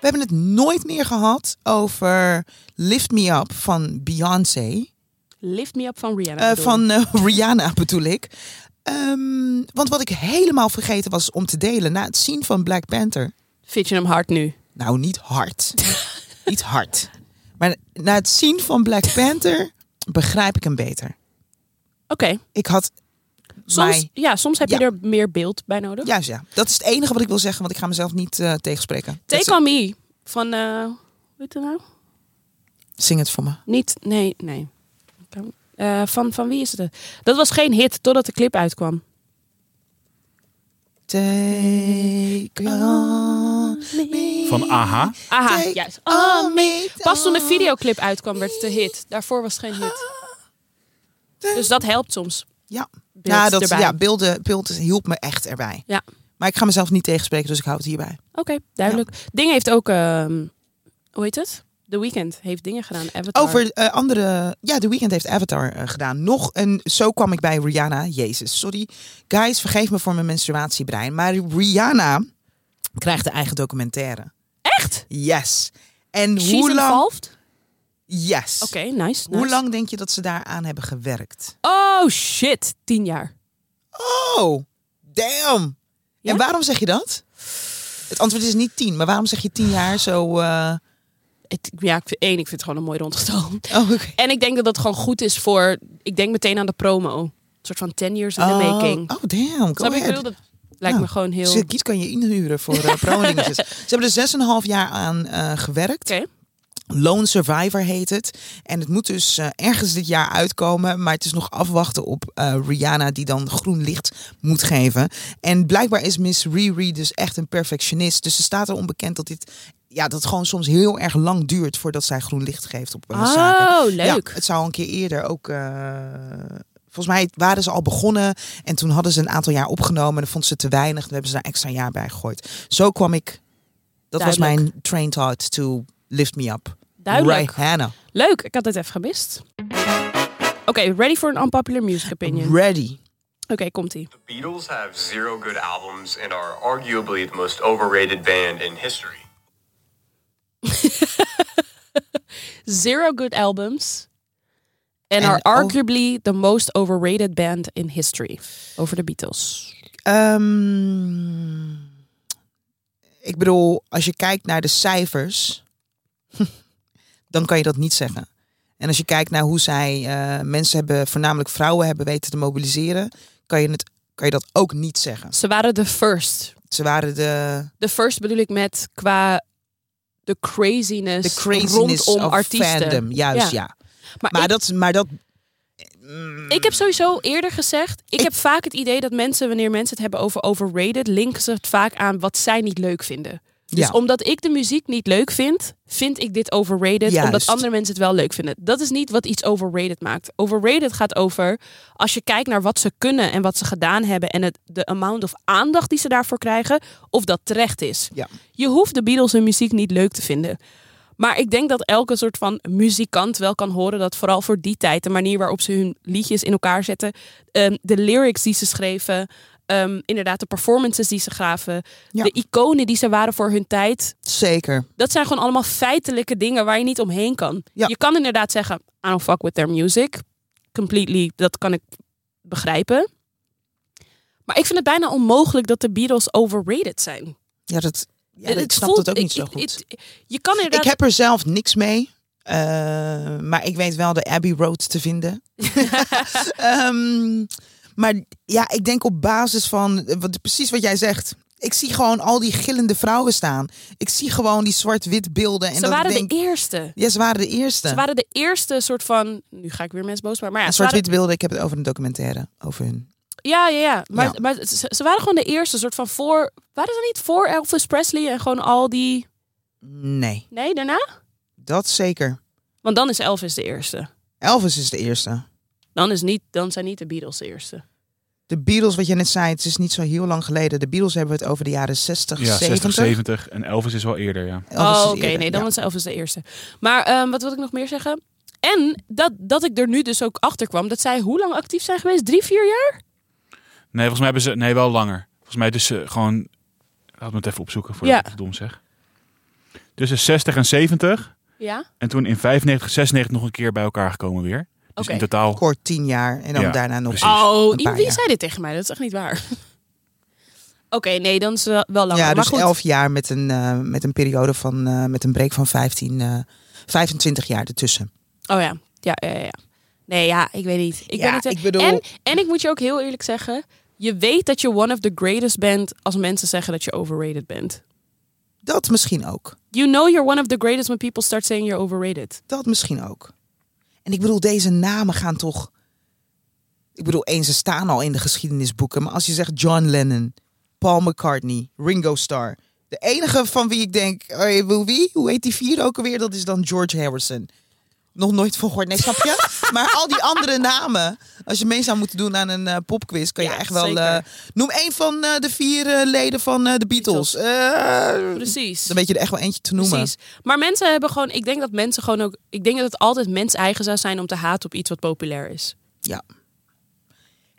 Speaker 1: We hebben het nooit meer gehad over Lift Me Up van Beyoncé.
Speaker 2: Lift Me Up van Rihanna.
Speaker 1: Eh,
Speaker 2: bedoel ik.
Speaker 1: van eh, [laughs] Rihanna bedoel ik. Ehm, want wat ik helemaal vergeten was om te delen na het zien van Black Panther.
Speaker 2: Vind je hem hard nu?
Speaker 1: Nou, niet hard. niet hard. Maar na het zien van Black Panther begrijp ik hem beter.
Speaker 2: Oké.
Speaker 1: Ik had.
Speaker 2: Soms,
Speaker 1: mij-
Speaker 2: ja, soms heb je
Speaker 1: Ja.
Speaker 2: er meer beeld bij nodig.
Speaker 1: Juist ja. Dat is het enige wat ik wil zeggen, want ik ga mezelf niet eh, tegenspreken. Dat
Speaker 2: Take
Speaker 1: is-
Speaker 2: On Me van... eh hoe heet het nou?
Speaker 1: Zing het voor me.
Speaker 2: Niet, nee, nee. Eh, van, van wie is het? Dat was geen hit totdat de clip uitkwam.
Speaker 1: Take on me.
Speaker 3: Van AHA.
Speaker 2: Aha,
Speaker 1: Take
Speaker 2: juist. Ah,
Speaker 1: on me.
Speaker 2: Pas toen de videoclip uitkwam werd het een hit. Daarvoor was het geen hit.
Speaker 1: Ah.
Speaker 2: Dus dat helpt soms.
Speaker 1: Ja,
Speaker 2: Beeld
Speaker 1: ja, dat,
Speaker 2: erbij.
Speaker 1: ja beelden, beeld hielp me echt erbij.
Speaker 2: Ja.
Speaker 1: Maar ik ga mezelf niet tegenspreken, dus ik hou het hierbij.
Speaker 2: Oké, duidelijk. Ding heeft ook, ehm, hoe heet het? The Weeknd heeft dingen gedaan. Avatar.
Speaker 1: Over eh, andere... Ja, The Weeknd heeft Avatar eh, gedaan. Nog een... Zo kwam ik bij Rihanna. Jezus, sorry. Guys, vergeef me voor mijn menstruatiebrein. Maar Rihanna krijgt een eigen documentaire.
Speaker 2: Echt?
Speaker 1: Yes. En
Speaker 2: She's
Speaker 1: hoe lang...
Speaker 2: involved?
Speaker 1: Yes.
Speaker 2: Oké, nice, nice.
Speaker 1: Hoe lang denk je dat ze daaraan hebben gewerkt?
Speaker 2: Oh shit, tien jaar.
Speaker 1: Oh, damn.
Speaker 2: Ja?
Speaker 1: En waarom zeg je dat? Het antwoord is niet tien, maar waarom zeg je tien jaar zo... eh,
Speaker 2: Het, ja, ik vind, één, ik vind het gewoon een mooi rondgetal.
Speaker 1: Oh, oké.
Speaker 2: En ik denk dat dat gewoon goed is voor. Ik denk meteen aan de promo. Een soort van 10 years in the making.
Speaker 1: Oh, damn. Go
Speaker 2: Snap je? Ik
Speaker 1: ahead.
Speaker 2: bedoel, dat Lijkt
Speaker 1: Nou,
Speaker 2: me gewoon heel...
Speaker 1: Ze Kiet kan je inhuren voor eh pro-dingetjes. Ze hebben er 6,5 jaar aan eh, gewerkt.
Speaker 2: Oké.
Speaker 1: Lone Survivor heet het. En het moet dus eh, ergens dit jaar uitkomen. Maar het is nog afwachten op eh, Rihanna die dan groen licht moet geven. En blijkbaar is Miss Riri dus echt een perfectionist. Dus ze staat er onbekend dat dit... Ja, dat het gewoon soms heel erg lang duurt voordat zij groen licht geeft op een zaken.
Speaker 2: Oh,
Speaker 1: Ja,
Speaker 2: leuk.
Speaker 1: het zou al een keer eerder ook. eh, volgens mij waren ze al begonnen. En toen hadden ze een aantal jaar opgenomen. En dan vond ze te weinig. Toen hebben ze daar extra jaar bij gegooid. Zo kwam ik. Dat was
Speaker 2: Duidelijk.
Speaker 1: mijn train thought to lift me up.
Speaker 2: Duidelijk.
Speaker 1: Rihanna.
Speaker 2: Leuk, ik had het even gemist. Oké, ready for an unpopular music opinion. Oké,
Speaker 1: Ready.
Speaker 2: komt-ie.
Speaker 4: Beatles have zero good albums and are arguably the most overrated band in history.
Speaker 2: Zero good albums. And
Speaker 1: En
Speaker 2: are
Speaker 1: o-
Speaker 2: arguably the most overrated band in history. Over de Beatles.
Speaker 1: Ehm, ik bedoel, als je kijkt naar de cijfers, [laughs] dan kan je dat niet zeggen. En als je kijkt naar hoe zij eh, mensen hebben, voornamelijk vrouwen hebben weten te mobiliseren, kan je, het, kan je dat ook niet zeggen.
Speaker 2: Ze waren de first.
Speaker 1: Ze waren de,
Speaker 2: De first bedoel ik met qua de craziness,
Speaker 1: de craziness
Speaker 2: Dus rondom
Speaker 1: of
Speaker 2: artiesten.
Speaker 1: fandom. Juist, ja.
Speaker 2: Ja. Maar,
Speaker 1: Maar,
Speaker 2: ik,
Speaker 1: dat, maar dat... mm,
Speaker 2: ik heb sowieso eerder gezegd, ik, heb vaak het idee dat mensen, wanneer mensen het hebben over overrated, linken ze het vaak aan wat zij niet leuk vinden. Dus
Speaker 1: Ja.
Speaker 2: omdat ik de muziek niet leuk vind, vind ik dit overrated.
Speaker 1: Juist.
Speaker 2: Omdat andere mensen het wel leuk vinden. Dat is niet wat iets overrated maakt. Overrated gaat over als je kijkt naar wat ze kunnen en wat ze gedaan hebben. En het, de amount of aandacht die ze daarvoor krijgen. Of dat terecht is.
Speaker 1: Ja.
Speaker 2: Je hoeft de Beatles hun muziek niet leuk te vinden. Maar ik denk dat elke soort van muzikant wel kan horen dat vooral voor die tijd, de manier waarop ze hun liedjes in elkaar zetten, ehm, de lyrics die ze schreven, ehm, inderdaad de performances die ze gaven,
Speaker 1: Ja.
Speaker 2: de iconen die ze waren voor hun tijd,
Speaker 1: Zeker.
Speaker 2: dat zijn gewoon allemaal feitelijke dingen waar je niet omheen kan.
Speaker 1: Ja.
Speaker 2: Je kan inderdaad zeggen, I don't fuck with their music. Completely, dat kan ik begrijpen. Maar ik vind het bijna onmogelijk dat de Beatles overrated zijn.
Speaker 1: Ja, dat, ja,
Speaker 2: Het-
Speaker 1: ik
Speaker 2: het
Speaker 1: snap
Speaker 2: voelt-
Speaker 1: dat ook
Speaker 2: ik-
Speaker 1: niet zo
Speaker 2: ik-
Speaker 1: goed.
Speaker 2: ik- je kan inderdaad...
Speaker 1: Ik heb er zelf niks mee. Eh, maar ik weet wel de Abbey Road te
Speaker 2: [laughs]
Speaker 1: vinden. [laughs] Ehm, maar ja, ik denk op basis van eh, wat, precies wat jij zegt. Ik zie gewoon al die gillende vrouwen staan. Ik zie gewoon die zwart-wit beelden. En
Speaker 2: Ze
Speaker 1: dat ik
Speaker 2: waren
Speaker 1: denk,
Speaker 2: de eerste.
Speaker 1: Ja, ze waren de eerste.
Speaker 2: Ze waren de eerste soort van. Nu ga ik weer mensen boos maken. Maar ja,
Speaker 1: En
Speaker 2: ze waren,
Speaker 1: zwart-wit beelden, ik heb het over een documentaire. Over hun.
Speaker 2: ja, ja, ja. Maar,
Speaker 1: Ja.
Speaker 2: maar ze, ze waren gewoon de eerste soort van voor. Waren ze niet voor Elvis Presley en gewoon al die.
Speaker 1: Nee,
Speaker 2: Nee, daarna?
Speaker 1: dat zeker.
Speaker 2: Want dan is Elvis de eerste.
Speaker 1: Elvis is de eerste.
Speaker 2: Dan, is niet, dan zijn niet de Beatles de eerste.
Speaker 1: De Beatles, wat je net zei, het is niet zo heel lang geleden. De Beatles hebben we het over de jaren 60,
Speaker 3: Ja, 60,
Speaker 1: 70.
Speaker 3: 70. En Elvis is wel eerder, ja.
Speaker 1: Elvis is dus
Speaker 2: oh, oké.
Speaker 1: eerder,
Speaker 2: nee, dan
Speaker 1: ja.
Speaker 2: was Elvis de eerste. Maar ehm, wat wil ik nog meer zeggen? En dat, dat ik er nu dus ook achter kwam dat zij hoe lang actief zijn geweest? Drie, vier jaar?
Speaker 3: Nee, volgens mij hebben ze... Nee, wel langer. Volgens mij dus eh, gewoon... Laat me het even opzoeken voor
Speaker 2: Ja.
Speaker 3: ik het dom zeg. Tussen 60 en 70.
Speaker 2: Ja.
Speaker 3: En toen in 95, 96 nog een keer bij elkaar gekomen weer. Dus
Speaker 2: Oké.
Speaker 3: in totaal...
Speaker 1: kort tien jaar en dan
Speaker 3: Ja,
Speaker 1: daarna nog.
Speaker 3: precies.
Speaker 2: Oh,
Speaker 1: Een
Speaker 2: i-
Speaker 1: paar
Speaker 2: wie
Speaker 1: jaar.
Speaker 2: zei dit tegen mij? Dat is echt niet waar. [laughs] Oké, nee, dan is het wel langer.
Speaker 1: Ja,
Speaker 2: maar
Speaker 1: dus
Speaker 2: goed,
Speaker 1: elf jaar met een, eh, met een periode van eh, met een break van 15, eh 25 jaar ertussen.
Speaker 2: Oh ja. Ja, ja, ja, ja. Nee, ja, ik weet niet. Ik,
Speaker 1: Ja,
Speaker 2: ben niet
Speaker 1: ik bedoel-
Speaker 2: en, en ik moet je ook heel eerlijk zeggen. Je weet dat je one of the greatest bent als mensen zeggen dat je overrated bent.
Speaker 1: Dat misschien ook.
Speaker 2: You know you're one of the greatest when people start saying you're overrated.
Speaker 1: Dat misschien ook. En ik bedoel, deze namen gaan toch. Ik bedoel, één, ze staan al in de geschiedenisboeken. Maar als je zegt John Lennon, Paul McCartney, Ringo Starr. De enige van wie ik denk, hey, wil wie? Hoe heet die vier ook alweer? Dat is dan George Harrison. Nog nooit van gehoord, nee, snap je?
Speaker 2: [laughs]
Speaker 1: maar al die andere namen, als je mee zou moeten doen aan een eh, popquiz, kan
Speaker 2: Ja,
Speaker 1: je echt wel...
Speaker 2: zeker.
Speaker 1: eh, noem één van eh, de vier eh, leden van eh, de Beatles. Eh,
Speaker 2: Precies.
Speaker 1: dan weet je er echt wel eentje te noemen.
Speaker 2: Precies. Maar mensen hebben gewoon, ik denk dat mensen gewoon ook, ik denk dat het altijd mens eigen zou zijn om te haten op iets wat populair is.
Speaker 1: Ja.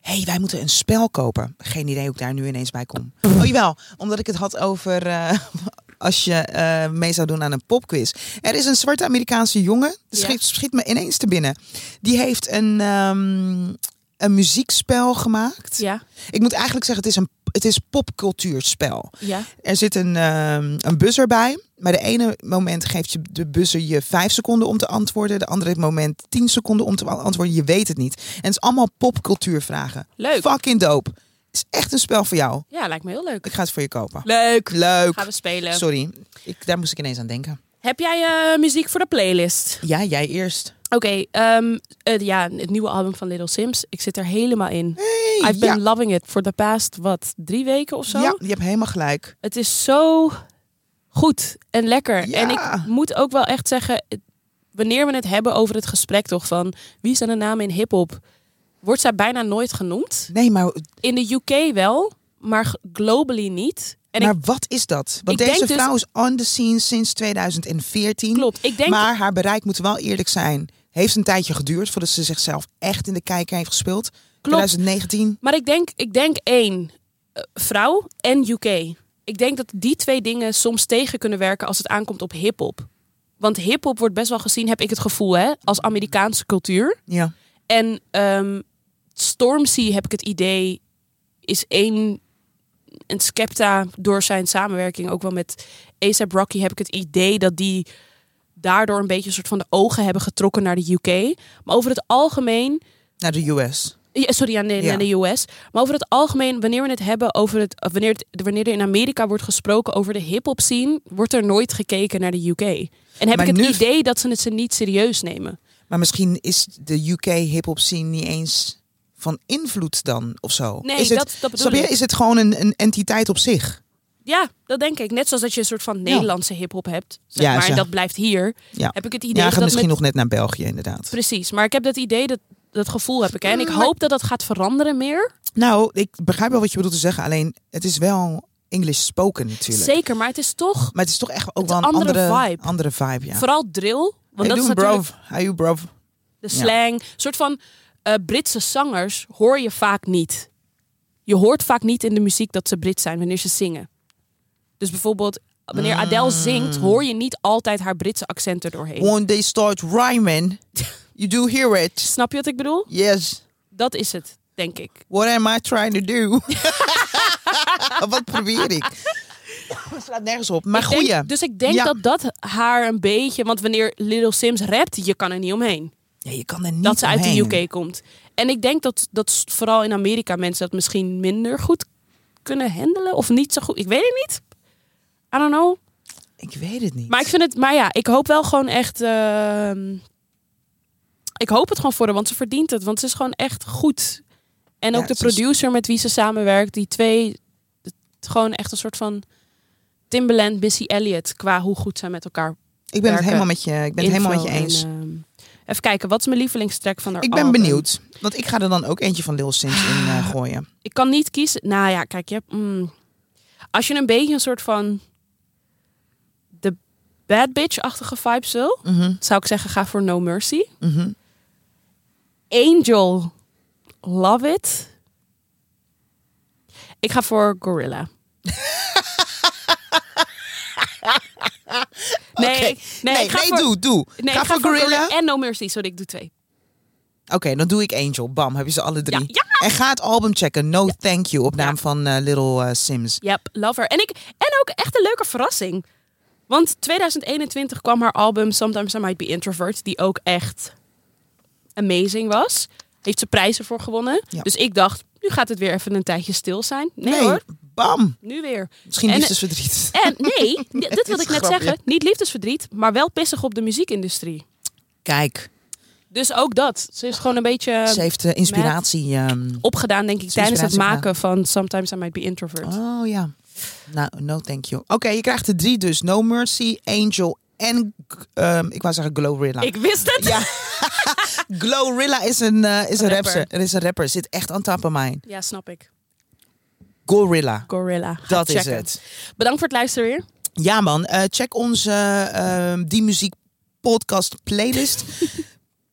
Speaker 1: Hé, hey, wij moeten een spel kopen. Geen idee hoe ik daar nu ineens bij kom. Oh jawel, omdat ik het had over eh, [laughs] als je eh, mee zou doen aan een popquiz. Er is een zwarte Amerikaanse jongen, dat
Speaker 2: Ja.
Speaker 1: schiet, schiet me ineens te binnen. Die heeft een, ehm, een muziekspel gemaakt.
Speaker 2: Ja,
Speaker 1: Ik moet eigenlijk zeggen, het is een het is popcultuurspel.
Speaker 2: ja.
Speaker 1: Er zit een, ehm, een buzzer bij. Maar de ene moment geeft je de buzzer je vijf seconden om te antwoorden. De andere moment tien seconden om te antwoorden. Je weet het niet. En het is allemaal popcultuurvragen.
Speaker 2: Leuk.
Speaker 1: Fucking dope. is echt een spel voor jou.
Speaker 2: Ja, lijkt me heel leuk.
Speaker 1: Ik ga het voor je kopen.
Speaker 2: Leuk.
Speaker 1: Leuk.
Speaker 2: Gaan we spelen.
Speaker 1: Sorry, ik, daar moest ik ineens aan denken.
Speaker 2: Heb jij eh, muziek voor de playlist?
Speaker 1: Ja, jij eerst.
Speaker 2: Oké, ehm, het- ja, het nieuwe album van Little Sims. Ik zit er helemaal in.
Speaker 1: Hey,
Speaker 2: I've been
Speaker 1: ja.
Speaker 2: loving it voor de past, wat, drie weken of zo?
Speaker 1: ja, je hebt helemaal gelijk.
Speaker 2: Het is zo goed en lekker.
Speaker 1: Ja.
Speaker 2: En ik moet ook wel echt zeggen, het- wanneer we het hebben over het gesprek toch van... wie zijn de namen in hiphop? Wordt zij bijna nooit genoemd.
Speaker 1: Nee, maar,
Speaker 2: In de UK wel, maar g- globally niet. En
Speaker 1: maar
Speaker 2: ik,
Speaker 1: wat is dat? Want
Speaker 2: ik denk
Speaker 1: deze
Speaker 2: dus-
Speaker 1: vrouw is on the scene sinds 2014.
Speaker 2: klopt, ik denk...
Speaker 1: Maar haar bereik, moeten we wel eerlijk zijn, heeft een tijdje geduurd voordat ze zichzelf echt in de kijker heeft gespeeld. 2019.
Speaker 2: Maar ik denk, ik denk één, eh, vrouw en UK. Ik denk dat die twee dingen soms tegen kunnen werken als het aankomt op hip-hop. Want hip-hop wordt best wel gezien, heb ik het gevoel, hè, als Amerikaanse cultuur.
Speaker 1: Ja.
Speaker 2: En ehm, Stormzy, heb ik het idee, is één. En Skepta, door zijn samenwerking ook wel met ASAP Rocky, heb ik het idee dat die daardoor een beetje een soort van de ogen hebben getrokken naar de UK. Maar over het algemeen
Speaker 1: Naar de US.
Speaker 2: ja, sorry, aan de,
Speaker 1: Ja.
Speaker 2: aan de US. Maar over het algemeen, wanneer we het hebben over het. of Wanneer, het- wanneer er in Amerika wordt gesproken over de hip-hop scene, wordt er nooit gekeken naar de UK. En heb
Speaker 1: Maar
Speaker 2: ik het
Speaker 1: nu-
Speaker 2: idee dat ze het ze niet serieus nemen.
Speaker 1: Maar misschien is de UK hip-hop scene niet eens van invloed dan of zo.
Speaker 2: Nee,
Speaker 1: is het,
Speaker 2: dat- dat bedoel
Speaker 1: snap je?
Speaker 2: ik.
Speaker 1: Is het gewoon een, een entiteit op zich?
Speaker 2: Ja, dat denk ik. Net zoals dat je een soort van Nederlandse hip-hop hebt. Zeg
Speaker 1: Juist,
Speaker 2: maar, en
Speaker 1: ja.
Speaker 2: dat blijft hier.
Speaker 1: Ja.
Speaker 2: Heb ik het
Speaker 1: ja,
Speaker 2: idee
Speaker 1: hij gaat
Speaker 2: dat.
Speaker 1: misschien
Speaker 2: met-
Speaker 1: nog net naar België, inderdaad.
Speaker 2: Precies, maar ik heb dat idee dat. Dat gevoel heb ik. Hè? En
Speaker 1: Mm,
Speaker 2: ik hoop dat dat gaat veranderen meer.
Speaker 1: Nou, ik begrijp wel wat je bedoelt te zeggen. Alleen, het is wel English spoken natuurlijk.
Speaker 2: Zeker, maar het is toch
Speaker 1: Maar het is toch echt ook
Speaker 2: is
Speaker 1: wel een
Speaker 2: een
Speaker 1: andere,
Speaker 2: andere vibe.
Speaker 1: Andere vibe, ja.
Speaker 2: vooral drill.
Speaker 1: How you
Speaker 2: Want dat is
Speaker 1: doing,
Speaker 2: natuurlijk
Speaker 1: bro? How you, bro?
Speaker 2: De
Speaker 1: Ja.
Speaker 2: slang. Een soort van eh, Britse zangers hoor je vaak niet. Je hoort vaak niet in de muziek dat ze Brits zijn wanneer ze zingen. Dus bijvoorbeeld wanneer
Speaker 1: Mm.
Speaker 2: Adele zingt, hoor je niet altijd haar Britse accent erdoorheen.
Speaker 1: When they start
Speaker 2: [laughs]
Speaker 1: rhyming, you do hear it.
Speaker 2: Snap je wat ik bedoel?
Speaker 1: Yes,
Speaker 2: Dat is het, denk ik.
Speaker 1: what am I trying to
Speaker 2: [laughs]
Speaker 1: do? wat probeer ik? Het slaat nergens op. Maar
Speaker 2: Ik denk-
Speaker 1: goeie.
Speaker 2: dus ik denk
Speaker 1: Ja.
Speaker 2: dat dat haar een beetje... Want wanneer Little Sims rapt, je kan er niet omheen.
Speaker 1: Ja, je kan er niet
Speaker 2: dat ze uit
Speaker 1: omheen.
Speaker 2: de UK komt. En ik denk dat, dat s- vooral in Amerika mensen dat misschien minder goed kunnen handelen. Of niet zo goed. Ik weet het niet. I don't know.
Speaker 1: Ik weet het niet.
Speaker 2: Maar ik vind het, maar ja, ik hoop wel gewoon echt. ehm, ik hoop het gewoon voor haar, want ze verdient het. Want ze is gewoon echt goed. En
Speaker 1: Ja,
Speaker 2: ook de
Speaker 1: ze is-
Speaker 2: producer met wie ze samenwerkt, die twee, het- gewoon echt een soort van Timbaland, Missy Elliott, qua hoe goed zij met elkaar.
Speaker 1: ik ben het
Speaker 2: werken,
Speaker 1: helemaal met je, ik ben het helemaal met je
Speaker 2: info en,
Speaker 1: eens.
Speaker 2: eh, ehm, even kijken, wat is mijn lievelingstrek van haar?
Speaker 1: ik ben
Speaker 2: album?
Speaker 1: benieuwd. Want ik ga er dan ook eentje van Lil Sims in
Speaker 2: Ah.
Speaker 1: eh, gooien.
Speaker 2: Ik kan niet kiezen. Nou ja, kijk, je hebt, mm, als je een beetje een soort van de bad bitch-achtige vibes wil,
Speaker 1: Mhm,
Speaker 2: zou ik zeggen, ga voor No Mercy.
Speaker 1: mhm.
Speaker 2: Angel. Love it. Ik ga voor
Speaker 1: [laughs]
Speaker 2: Gorilla. nee, nee,
Speaker 1: Nee, nee,
Speaker 2: ik ga voor,
Speaker 1: doe, doe.
Speaker 2: nee,
Speaker 1: ga,
Speaker 2: ik
Speaker 1: voor Gorilla.
Speaker 2: En No Mercy, sorry, ik doe twee.
Speaker 1: Oké, dan doe ik Angel. Bam, heb je ze alle drie.
Speaker 2: Ja, ja.
Speaker 1: En ga het album checken. No Thank You, op naam van eh, Little eh, Sims.
Speaker 2: Yep, love her. En, ik, en ook echt een leuke verrassing. Want 2021 kwam haar album Sometimes I Might Be Introvert, die ook echt amazing was. Heeft ze prijzen voor gewonnen.
Speaker 1: Ja.
Speaker 2: Dus ik dacht, nu gaat het weer even een tijdje stil zijn. Nee, hoor,
Speaker 1: bam.
Speaker 2: nu weer.
Speaker 1: Misschien
Speaker 2: En- eh,
Speaker 1: liefdesverdriet.
Speaker 2: En nee, n- dit
Speaker 1: is
Speaker 2: wilde ik net
Speaker 1: een grapje.
Speaker 2: zeggen. Niet liefdesverdriet, maar wel pissig op de muziekindustrie.
Speaker 1: [laughs] Kijk,
Speaker 2: Dus ook dat. Ze is gewoon een beetje ehm,
Speaker 1: ze heeft eh, inspiratie. ehm,
Speaker 2: opgedaan, denk ik, tijdens het
Speaker 1: inspiratie
Speaker 2: maken van Sometimes I Might Be Introvert.
Speaker 1: Oh ja. Nou, no thank you. Oké, je krijgt de drie dus. No Mercy, Angel en, ehm, ik wou zeggen Glorilla.
Speaker 2: Ik wist het.
Speaker 1: [laughs] Ja.
Speaker 2: Ja,
Speaker 1: Glorilla is een, eh, is een,
Speaker 2: rapper.
Speaker 1: rapper. Er is een rapper. Zit echt on top of mine.
Speaker 2: snap ik.
Speaker 1: Gorilla.
Speaker 2: Gorilla. Ga
Speaker 1: Dat is
Speaker 2: checken.
Speaker 1: het.
Speaker 2: Bedankt voor het luisteren weer.
Speaker 1: Ja man, eh, check onze eh, ehm, Die Muziek podcast
Speaker 2: [laughs]
Speaker 1: playlist.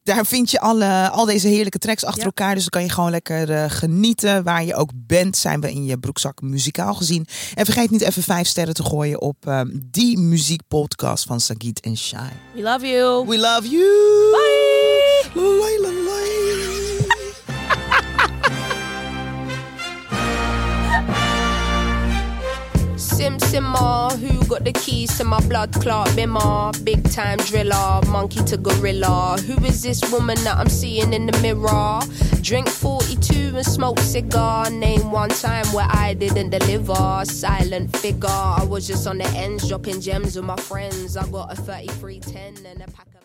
Speaker 1: Daar vind je alle, al deze heerlijke tracks achter
Speaker 2: Ja.
Speaker 1: elkaar. Dus dan kan je gewoon lekker eh, genieten. Waar je ook bent, zijn we in je broekzak muzikaal gezien. En vergeet niet even vijf sterren te gooien op ehm, Die Muziek podcast van Sagit en Shai.
Speaker 2: We love you.
Speaker 1: We love you!
Speaker 2: Bye.
Speaker 1: Lalai, lalai.
Speaker 5: Sim Simmer, who got the keys to my blood clot bimmer? Big time driller, monkey to gorilla. Who is this woman that I'm seeing in the mirror? Drink 42 and even smoke cigar. Name one time where I didn't deliver. Silent figure. I was just on the ends dropping gems with my friends. I got a 3310 and a pack of.